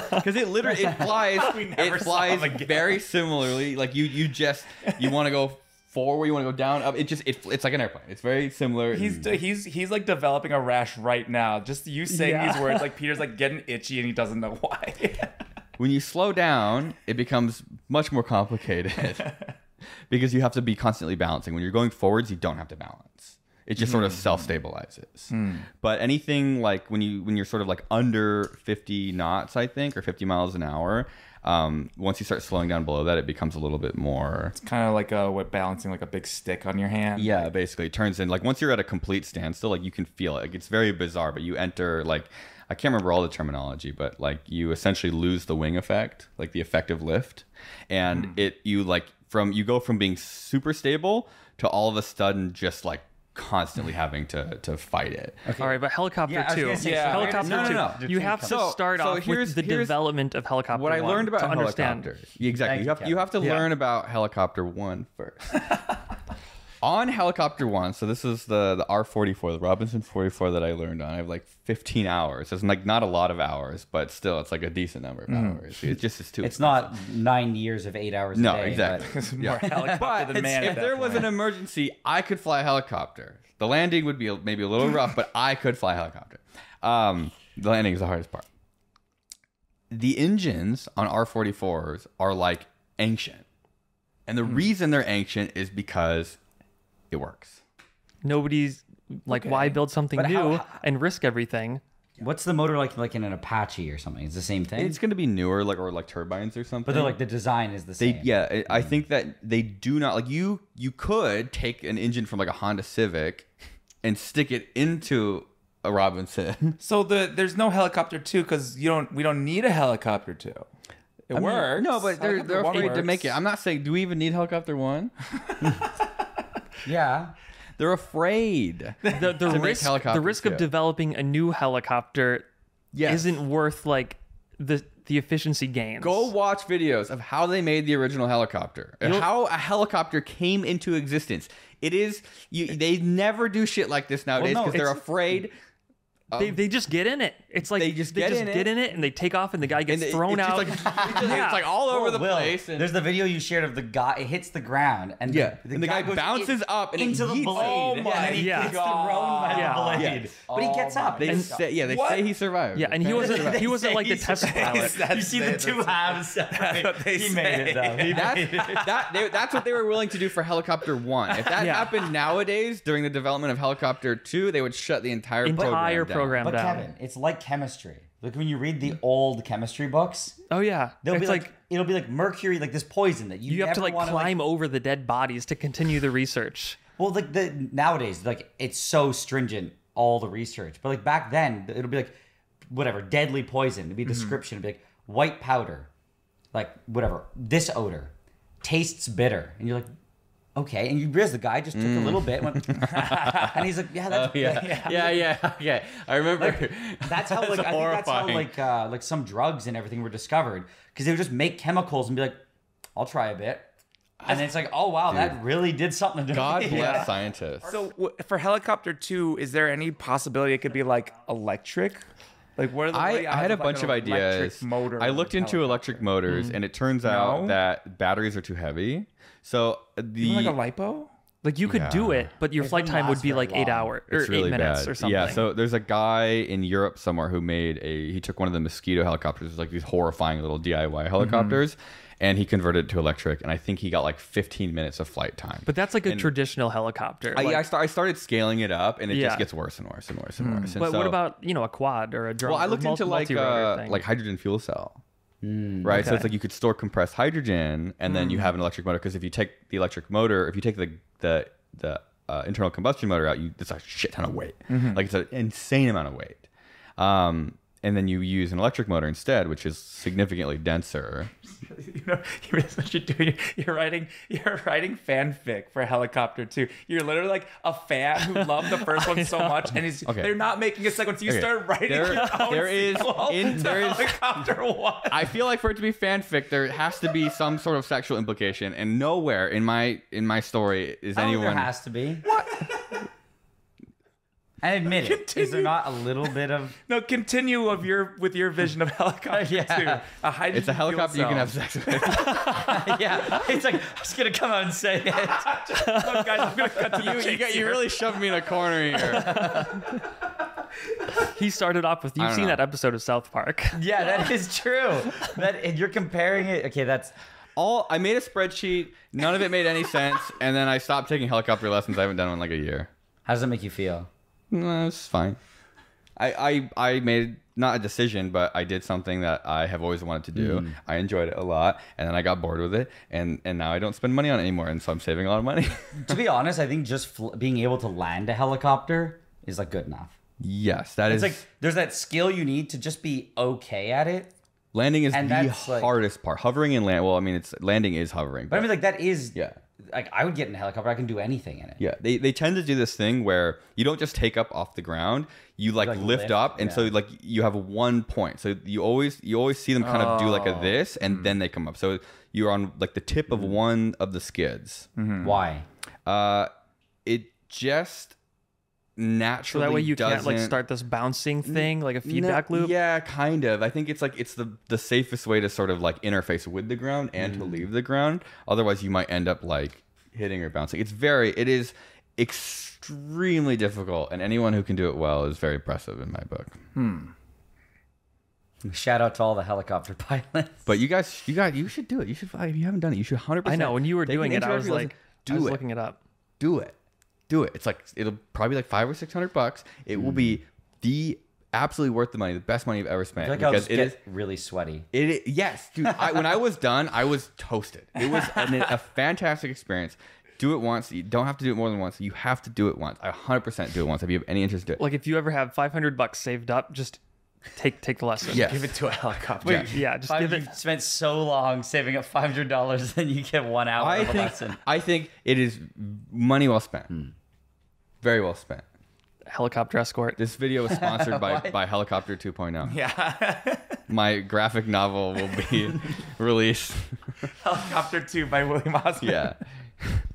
[SPEAKER 1] because it literally
[SPEAKER 3] (laughs)
[SPEAKER 1] it flies.
[SPEAKER 3] never
[SPEAKER 1] it
[SPEAKER 3] saw
[SPEAKER 1] flies
[SPEAKER 3] him again.
[SPEAKER 1] very similarly. Like you, you just you want to go forward, you want to go down, up. It just it, it's like an airplane. It's very similar.
[SPEAKER 3] He's
[SPEAKER 1] in-
[SPEAKER 3] he's he's like developing a rash right now. Just you saying
[SPEAKER 2] Yeah.
[SPEAKER 3] these words, like Peter's like getting itchy and he doesn't know why.
[SPEAKER 1] (laughs) when you slow down, it becomes much more complicated (laughs) because you have to be constantly balancing. When you're going forwards, you don't have to balance. It just
[SPEAKER 3] Hmm.
[SPEAKER 1] sort of self stabilizes. But anything like when you when you're sort of like under 50 knots, I think, or 50 miles an hour, um, once you start slowing down below that, it becomes a little bit more.
[SPEAKER 3] kind of like uh what balancing like a big stick on your hand.
[SPEAKER 1] Yeah, basically, it turns in like once you're at a complete standstill, like you can feel it. Like, it's very bizarre, but you enter like I can't remember all the terminology, but like you essentially lose the wing effect, like the effective lift, and it you like from you go from being super stable to all of a sudden just like constantly having to to fight it.
[SPEAKER 4] All right, but helicopter
[SPEAKER 2] Yeah, I was
[SPEAKER 4] two,
[SPEAKER 2] gonna say,
[SPEAKER 3] Yeah. so
[SPEAKER 4] helicopter
[SPEAKER 1] where-
[SPEAKER 4] two.
[SPEAKER 1] No, no, no.
[SPEAKER 4] You have to
[SPEAKER 1] So-
[SPEAKER 4] start
[SPEAKER 1] so
[SPEAKER 4] off
[SPEAKER 1] here's-
[SPEAKER 4] with the
[SPEAKER 1] here's
[SPEAKER 4] development of helicopter.
[SPEAKER 1] What I
[SPEAKER 4] one
[SPEAKER 1] learned about
[SPEAKER 4] to understand.
[SPEAKER 1] helicopter, exactly.
[SPEAKER 2] Thank
[SPEAKER 1] you
[SPEAKER 2] you,
[SPEAKER 1] have you
[SPEAKER 2] Kevin.
[SPEAKER 1] have to
[SPEAKER 4] Yeah.
[SPEAKER 1] learn about helicopter one first. on helicopter one, so this is the the R forty four, the Robinson forty four that I learned on. I have like fifteen hours. It's like not a lot of hours, but still, it's like a decent number of hours. It just is too.
[SPEAKER 2] It's not nine years of eight hours.
[SPEAKER 1] No,
[SPEAKER 2] a day,
[SPEAKER 1] exactly.
[SPEAKER 3] It's more helicopter
[SPEAKER 1] But (laughs)
[SPEAKER 3] than
[SPEAKER 1] it's-
[SPEAKER 3] man.
[SPEAKER 1] if there was an emergency, I could fly a helicopter. The landing would be a- maybe a little rough, but I could fly a helicopter. Um, the landing is the hardest part. The engines on R44s are like ancient. And the reason they're ancient is because it works.
[SPEAKER 4] Nobody's like, why build something
[SPEAKER 2] But
[SPEAKER 4] new
[SPEAKER 2] how-
[SPEAKER 4] and risk everything?
[SPEAKER 2] But what's the motor like? Like in an Apache or something? It's the same thing.
[SPEAKER 1] It's going to be newer, like or like turbines or something.
[SPEAKER 2] but they're like the design is the
[SPEAKER 1] They
[SPEAKER 2] same.
[SPEAKER 1] yeah, I- I think that they do not like you. You could take an engine from like a Honda Civic and stick it into a Robinson.
[SPEAKER 3] so the there's no helicopter two because you don't we don't need a helicopter two. It
[SPEAKER 1] I mean,
[SPEAKER 3] works.
[SPEAKER 1] No, but they're, they're
[SPEAKER 3] Helicopter one
[SPEAKER 1] afraid to
[SPEAKER 3] works.
[SPEAKER 1] make it. I'm not saying. Do we even need helicopter one?
[SPEAKER 2] yeah.
[SPEAKER 1] They're afraid.
[SPEAKER 4] The, the
[SPEAKER 1] make
[SPEAKER 4] risk, the
[SPEAKER 1] helicopters,
[SPEAKER 4] risk
[SPEAKER 1] yeah.
[SPEAKER 4] of developing a new helicopter
[SPEAKER 1] Yes.
[SPEAKER 4] isn't worth like the the efficiency gains.
[SPEAKER 1] Go watch videos of how they made the original helicopter and how a helicopter came into existence. It is you. They never do shit like this nowadays
[SPEAKER 2] no,
[SPEAKER 1] because they're
[SPEAKER 2] it's-
[SPEAKER 1] afraid.
[SPEAKER 4] They, they just get in it. It's like
[SPEAKER 1] um, They just get in it.
[SPEAKER 4] and they take off and the guy gets
[SPEAKER 1] And it-
[SPEAKER 4] thrown
[SPEAKER 1] it's just
[SPEAKER 4] out.
[SPEAKER 1] like, (laughs) it's, just- it's like all over
[SPEAKER 2] Oh,
[SPEAKER 1] the
[SPEAKER 2] Will,
[SPEAKER 1] place. And,
[SPEAKER 2] There's the video you shared of the guy. It hits the ground and
[SPEAKER 1] Yeah,
[SPEAKER 2] the,
[SPEAKER 1] and the guy
[SPEAKER 2] goes
[SPEAKER 1] bounces up and it
[SPEAKER 2] into the
[SPEAKER 1] yeets
[SPEAKER 2] blade.
[SPEAKER 1] it.
[SPEAKER 2] and
[SPEAKER 1] Oh
[SPEAKER 2] then he
[SPEAKER 4] my
[SPEAKER 2] gets thrown by
[SPEAKER 4] Yeah.
[SPEAKER 2] the
[SPEAKER 1] Yeah.
[SPEAKER 2] blade. But he gets up.
[SPEAKER 1] they
[SPEAKER 2] And-
[SPEAKER 1] say, yeah, they say he survived.
[SPEAKER 4] yeah, and he wasn't he wasn't like
[SPEAKER 2] (laughs)
[SPEAKER 4] the
[SPEAKER 2] They
[SPEAKER 4] test
[SPEAKER 2] say he's-
[SPEAKER 4] pilot.
[SPEAKER 2] You see the two (laughs) halves. separate.
[SPEAKER 3] what they
[SPEAKER 2] he made
[SPEAKER 3] say.
[SPEAKER 2] it
[SPEAKER 3] (laughs)
[SPEAKER 2] though. He made
[SPEAKER 1] That's,
[SPEAKER 2] it.
[SPEAKER 1] that, they, that's what they were willing to do for Helicopter 1. If that
[SPEAKER 4] Yeah.
[SPEAKER 1] happened nowadays during the development of Helicopter 2, they would shut the entire,
[SPEAKER 4] Entire
[SPEAKER 1] down.
[SPEAKER 4] program
[SPEAKER 2] (laughs) But
[SPEAKER 4] down.
[SPEAKER 2] Kevin, it's like chemistry. Like when you read the old chemistry books,
[SPEAKER 4] Oh yeah,
[SPEAKER 2] they'll
[SPEAKER 4] it's
[SPEAKER 2] be like,
[SPEAKER 4] like
[SPEAKER 2] it'll be like mercury, like this poison that you,
[SPEAKER 4] you have to
[SPEAKER 2] never
[SPEAKER 4] like
[SPEAKER 2] wanna,
[SPEAKER 4] climb over the dead bodies to continue the research.
[SPEAKER 2] Well, like the nowadays, like it's so stringent all the research, but like back then, it'll be like whatever deadly poison. It'd be a
[SPEAKER 1] Mm-hmm.
[SPEAKER 2] description. It'd be like white powder, like whatever this odor tastes bitter, and you're like. Okay, and you realize the guy just took a little bit, went, (laughs) and he's like, "Yeah,
[SPEAKER 1] (laughs)
[SPEAKER 2] that's
[SPEAKER 1] Mm. Oh, Yeah, yeah, yeah. Okay, I remember.
[SPEAKER 2] That's how like I think that's how
[SPEAKER 1] horrifying.
[SPEAKER 2] like uh, like some drugs and everything were discovered because they would just make chemicals and be like, I'll try a bit, and it's like, oh wow, that really did something
[SPEAKER 1] (laughs)
[SPEAKER 2] to
[SPEAKER 1] God
[SPEAKER 2] me. (laughs)
[SPEAKER 1] bless scientists.
[SPEAKER 3] So w- for helicopter two, is there any possibility it could be like electric? Like what are the what are
[SPEAKER 1] I,
[SPEAKER 3] the
[SPEAKER 1] I
[SPEAKER 3] odds
[SPEAKER 1] had a
[SPEAKER 3] like,
[SPEAKER 1] bunch
[SPEAKER 3] an
[SPEAKER 1] of ideas.
[SPEAKER 3] electric Motor
[SPEAKER 1] I looked into
[SPEAKER 3] helicopter?
[SPEAKER 1] electric motors, and it turns out
[SPEAKER 3] No.
[SPEAKER 1] that batteries are too heavy. So the
[SPEAKER 3] Even like a lipo.
[SPEAKER 4] Like you could do
[SPEAKER 1] Yeah.
[SPEAKER 4] it, but your flight
[SPEAKER 2] wouldn't
[SPEAKER 4] time would
[SPEAKER 2] last
[SPEAKER 4] be
[SPEAKER 2] very
[SPEAKER 4] like eight
[SPEAKER 2] long.
[SPEAKER 4] hours or eight minutes or something.
[SPEAKER 1] Yeah, so there's a guy in Europe somewhere who made a he took one of the mosquito helicopters, like these horrifying little DIY
[SPEAKER 4] Mm-hmm.
[SPEAKER 1] helicopters, and he converted it to electric. And I think he got like 15 minutes of flight time.
[SPEAKER 4] but that's like a traditional helicopter.
[SPEAKER 1] I,
[SPEAKER 4] like-
[SPEAKER 1] I, sta- I started scaling it up, and it
[SPEAKER 4] Yeah. Hmm.
[SPEAKER 1] just gets worse and worse and worse and worse. And
[SPEAKER 4] but what
[SPEAKER 1] so-
[SPEAKER 4] about you know a quad or a drone?
[SPEAKER 1] Well, I
[SPEAKER 4] or
[SPEAKER 1] looked
[SPEAKER 4] mul-
[SPEAKER 1] into like
[SPEAKER 4] multi-rotor
[SPEAKER 1] uh,
[SPEAKER 4] thing.
[SPEAKER 1] like hydrogen fuel cell.
[SPEAKER 2] Hmm.
[SPEAKER 1] right, so it's like you could store compressed hydrogen, and then you have an electric motor. Because if you take the electric motor, if you take the the the uh, Mm-hmm. internal combustion motor out, you it's a shit ton of weight. Like it's an insane amount of weight. Um, and then you use an electric motor instead, which is significantly denser.
[SPEAKER 3] (laughs) you know, you're, that's what you're doing. You're writing, you're writing fanfic for Helicopter 2. You're literally like a fan (laughs) who loved the first one so much, and he's,
[SPEAKER 1] Okay.
[SPEAKER 3] they're not making a second. So you
[SPEAKER 1] Okay.
[SPEAKER 3] start writing
[SPEAKER 1] There-
[SPEAKER 3] (laughs) your own
[SPEAKER 1] there is-
[SPEAKER 3] sequel
[SPEAKER 1] in-
[SPEAKER 3] to
[SPEAKER 1] there is-
[SPEAKER 3] (laughs) Helicopter 1.
[SPEAKER 1] I feel like for it to be fanfic, there has to be some sort of sexual implication, and nowhere in my in my story is
[SPEAKER 2] I don't think
[SPEAKER 1] anyone.
[SPEAKER 2] There has to be. What? (laughs) I admit it. Is there
[SPEAKER 3] Continue.
[SPEAKER 2] not a little bit of?
[SPEAKER 3] no, continue of your with your vision of
[SPEAKER 2] (laughs)
[SPEAKER 3] Helicopter
[SPEAKER 2] Yeah.
[SPEAKER 3] 2. A hydrogen
[SPEAKER 1] it's a
[SPEAKER 3] fuel
[SPEAKER 1] helicopter you
[SPEAKER 3] cell.
[SPEAKER 1] can have sex with.
[SPEAKER 2] (laughs) yeah, it's like I'm just gonna come out and say it.
[SPEAKER 3] Look, guys, I'm gonna cut to the
[SPEAKER 1] you,
[SPEAKER 3] chase
[SPEAKER 1] got, you
[SPEAKER 3] here.
[SPEAKER 1] really shoved me in a corner here.
[SPEAKER 4] He started off with
[SPEAKER 1] I
[SPEAKER 4] you've
[SPEAKER 1] don't
[SPEAKER 4] seen
[SPEAKER 1] know.
[SPEAKER 4] that episode of
[SPEAKER 1] (laughs)
[SPEAKER 4] South Park.
[SPEAKER 2] Yeah, that is true. That and you're comparing it. Okay, that's
[SPEAKER 1] All I made a spreadsheet. None of it made any sense, and then I stopped taking helicopter lessons. I haven't done one in like a year.
[SPEAKER 2] how does that make you feel?
[SPEAKER 1] No, it's fine. I, I I made not a decision, but I did something that I have always wanted to do.
[SPEAKER 2] Mm.
[SPEAKER 1] I enjoyed it a lot, and then I got bored with it, and and now I don't spend money on it anymore, and so I'm saving a lot of money. (laughs)
[SPEAKER 2] To be honest, I think just fl- being able to land a helicopter is like good enough.
[SPEAKER 1] yes, that is
[SPEAKER 2] It's like there's that skill you need to just be okay at it.
[SPEAKER 1] landing is
[SPEAKER 2] and
[SPEAKER 1] the
[SPEAKER 2] that's, like-
[SPEAKER 1] hardest part. Hovering and land. Well, I mean, it's landing is hovering,
[SPEAKER 2] But I
[SPEAKER 1] but,
[SPEAKER 2] mean, like that is
[SPEAKER 1] Yeah.
[SPEAKER 2] Like I would get in a helicopter. I can do anything in it.
[SPEAKER 1] yeah, they they tend to do this thing where you don't just take up off the ground. You like,
[SPEAKER 2] like,
[SPEAKER 1] lift,
[SPEAKER 2] lift,
[SPEAKER 1] up, and so
[SPEAKER 2] yeah.
[SPEAKER 1] like you have one point. So you always you always see them kind of do like
[SPEAKER 4] Oh.
[SPEAKER 1] a this, and
[SPEAKER 4] Hmm.
[SPEAKER 1] then they come up. So you're on like the tip of one of the skids.
[SPEAKER 4] Hmm.
[SPEAKER 2] Why?
[SPEAKER 1] Uh, it just
[SPEAKER 4] So
[SPEAKER 1] naturally
[SPEAKER 4] that way you
[SPEAKER 1] doesn't...
[SPEAKER 4] can't like start this bouncing thing, like a
[SPEAKER 1] No,
[SPEAKER 4] feedback loop.
[SPEAKER 1] Yeah, kind of. I think it's like it's the the safest way to sort of like interface with the ground and
[SPEAKER 4] Mm.
[SPEAKER 1] to leave the ground. Otherwise, you might end up like hitting or bouncing. It's very. It is extremely difficult, and anyone who can do it well is very impressive in my book.
[SPEAKER 2] Shout out to all the helicopter (laughs) pilots.
[SPEAKER 1] But you guys, you guys, you should do it. You should. If you haven't done it, you should hundred
[SPEAKER 4] I
[SPEAKER 1] percent.
[SPEAKER 4] know. When you were doing it, I was like,
[SPEAKER 1] do
[SPEAKER 4] I was
[SPEAKER 1] it.
[SPEAKER 4] looking it up.
[SPEAKER 1] do it do it it's like it'll probably be like five or six hundred bucks it will
[SPEAKER 4] Mm.
[SPEAKER 1] be the absolutely worth the money the best money i've ever spent
[SPEAKER 2] I feel like I was
[SPEAKER 1] because it
[SPEAKER 2] get
[SPEAKER 1] is
[SPEAKER 2] really sweaty.
[SPEAKER 1] it is- yes dude I, when i was done i was toasted it was an, a fantastic experience do it once you don't have to do it more than once you have to do it once i 100% do it once if you have any interest in it
[SPEAKER 4] Like if you ever have 500 bucks saved up, just take take the lesson.
[SPEAKER 1] yes.
[SPEAKER 3] Give it to a helicopter.
[SPEAKER 4] Yeah, just
[SPEAKER 2] Five,
[SPEAKER 4] give it.
[SPEAKER 2] you've spent so long saving up five hundred dollars, (laughs) and you get one hour
[SPEAKER 1] I
[SPEAKER 2] of a
[SPEAKER 1] think,
[SPEAKER 2] lesson.
[SPEAKER 1] I think it is money well spent very well spent
[SPEAKER 4] helicopter escort.
[SPEAKER 1] this video is sponsored by, by helicopter 2.0
[SPEAKER 3] yeah.
[SPEAKER 1] my graphic novel will be released
[SPEAKER 3] helicopter 2 by William Osmond.
[SPEAKER 1] Yeah.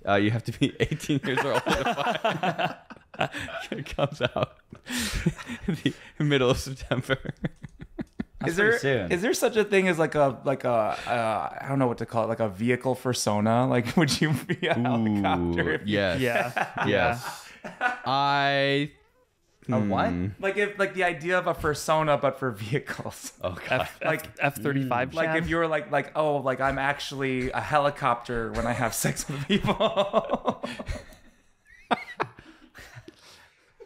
[SPEAKER 1] Uh, you have to be (laughs) 18 years old to apply. it (laughs) comes out (laughs) the middle of September.
[SPEAKER 3] is there is
[SPEAKER 2] pretty soon.
[SPEAKER 3] there such a thing as like a like a uh, I don't know what to call it like a vehicle persona? Like, would you be a helicopter?
[SPEAKER 1] Ooh,
[SPEAKER 3] If you,
[SPEAKER 1] yes. (laughs)
[SPEAKER 4] Yeah.
[SPEAKER 1] Yes. I.
[SPEAKER 2] A what?
[SPEAKER 3] like if like the idea of a persona but for vehicles.
[SPEAKER 1] Oh God.
[SPEAKER 4] F,
[SPEAKER 3] Like-
[SPEAKER 4] like F thirty
[SPEAKER 1] Mm.
[SPEAKER 4] five.
[SPEAKER 3] Like if you were like like oh like I'm actually a helicopter when I have sex with people.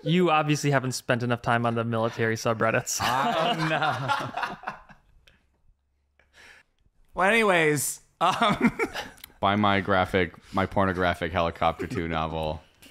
[SPEAKER 4] you obviously haven't spent enough time on the military subreddits.
[SPEAKER 3] well, anyways, um,
[SPEAKER 1] Buy my graphic, my pornographic helicopter two novel,
[SPEAKER 3] (laughs)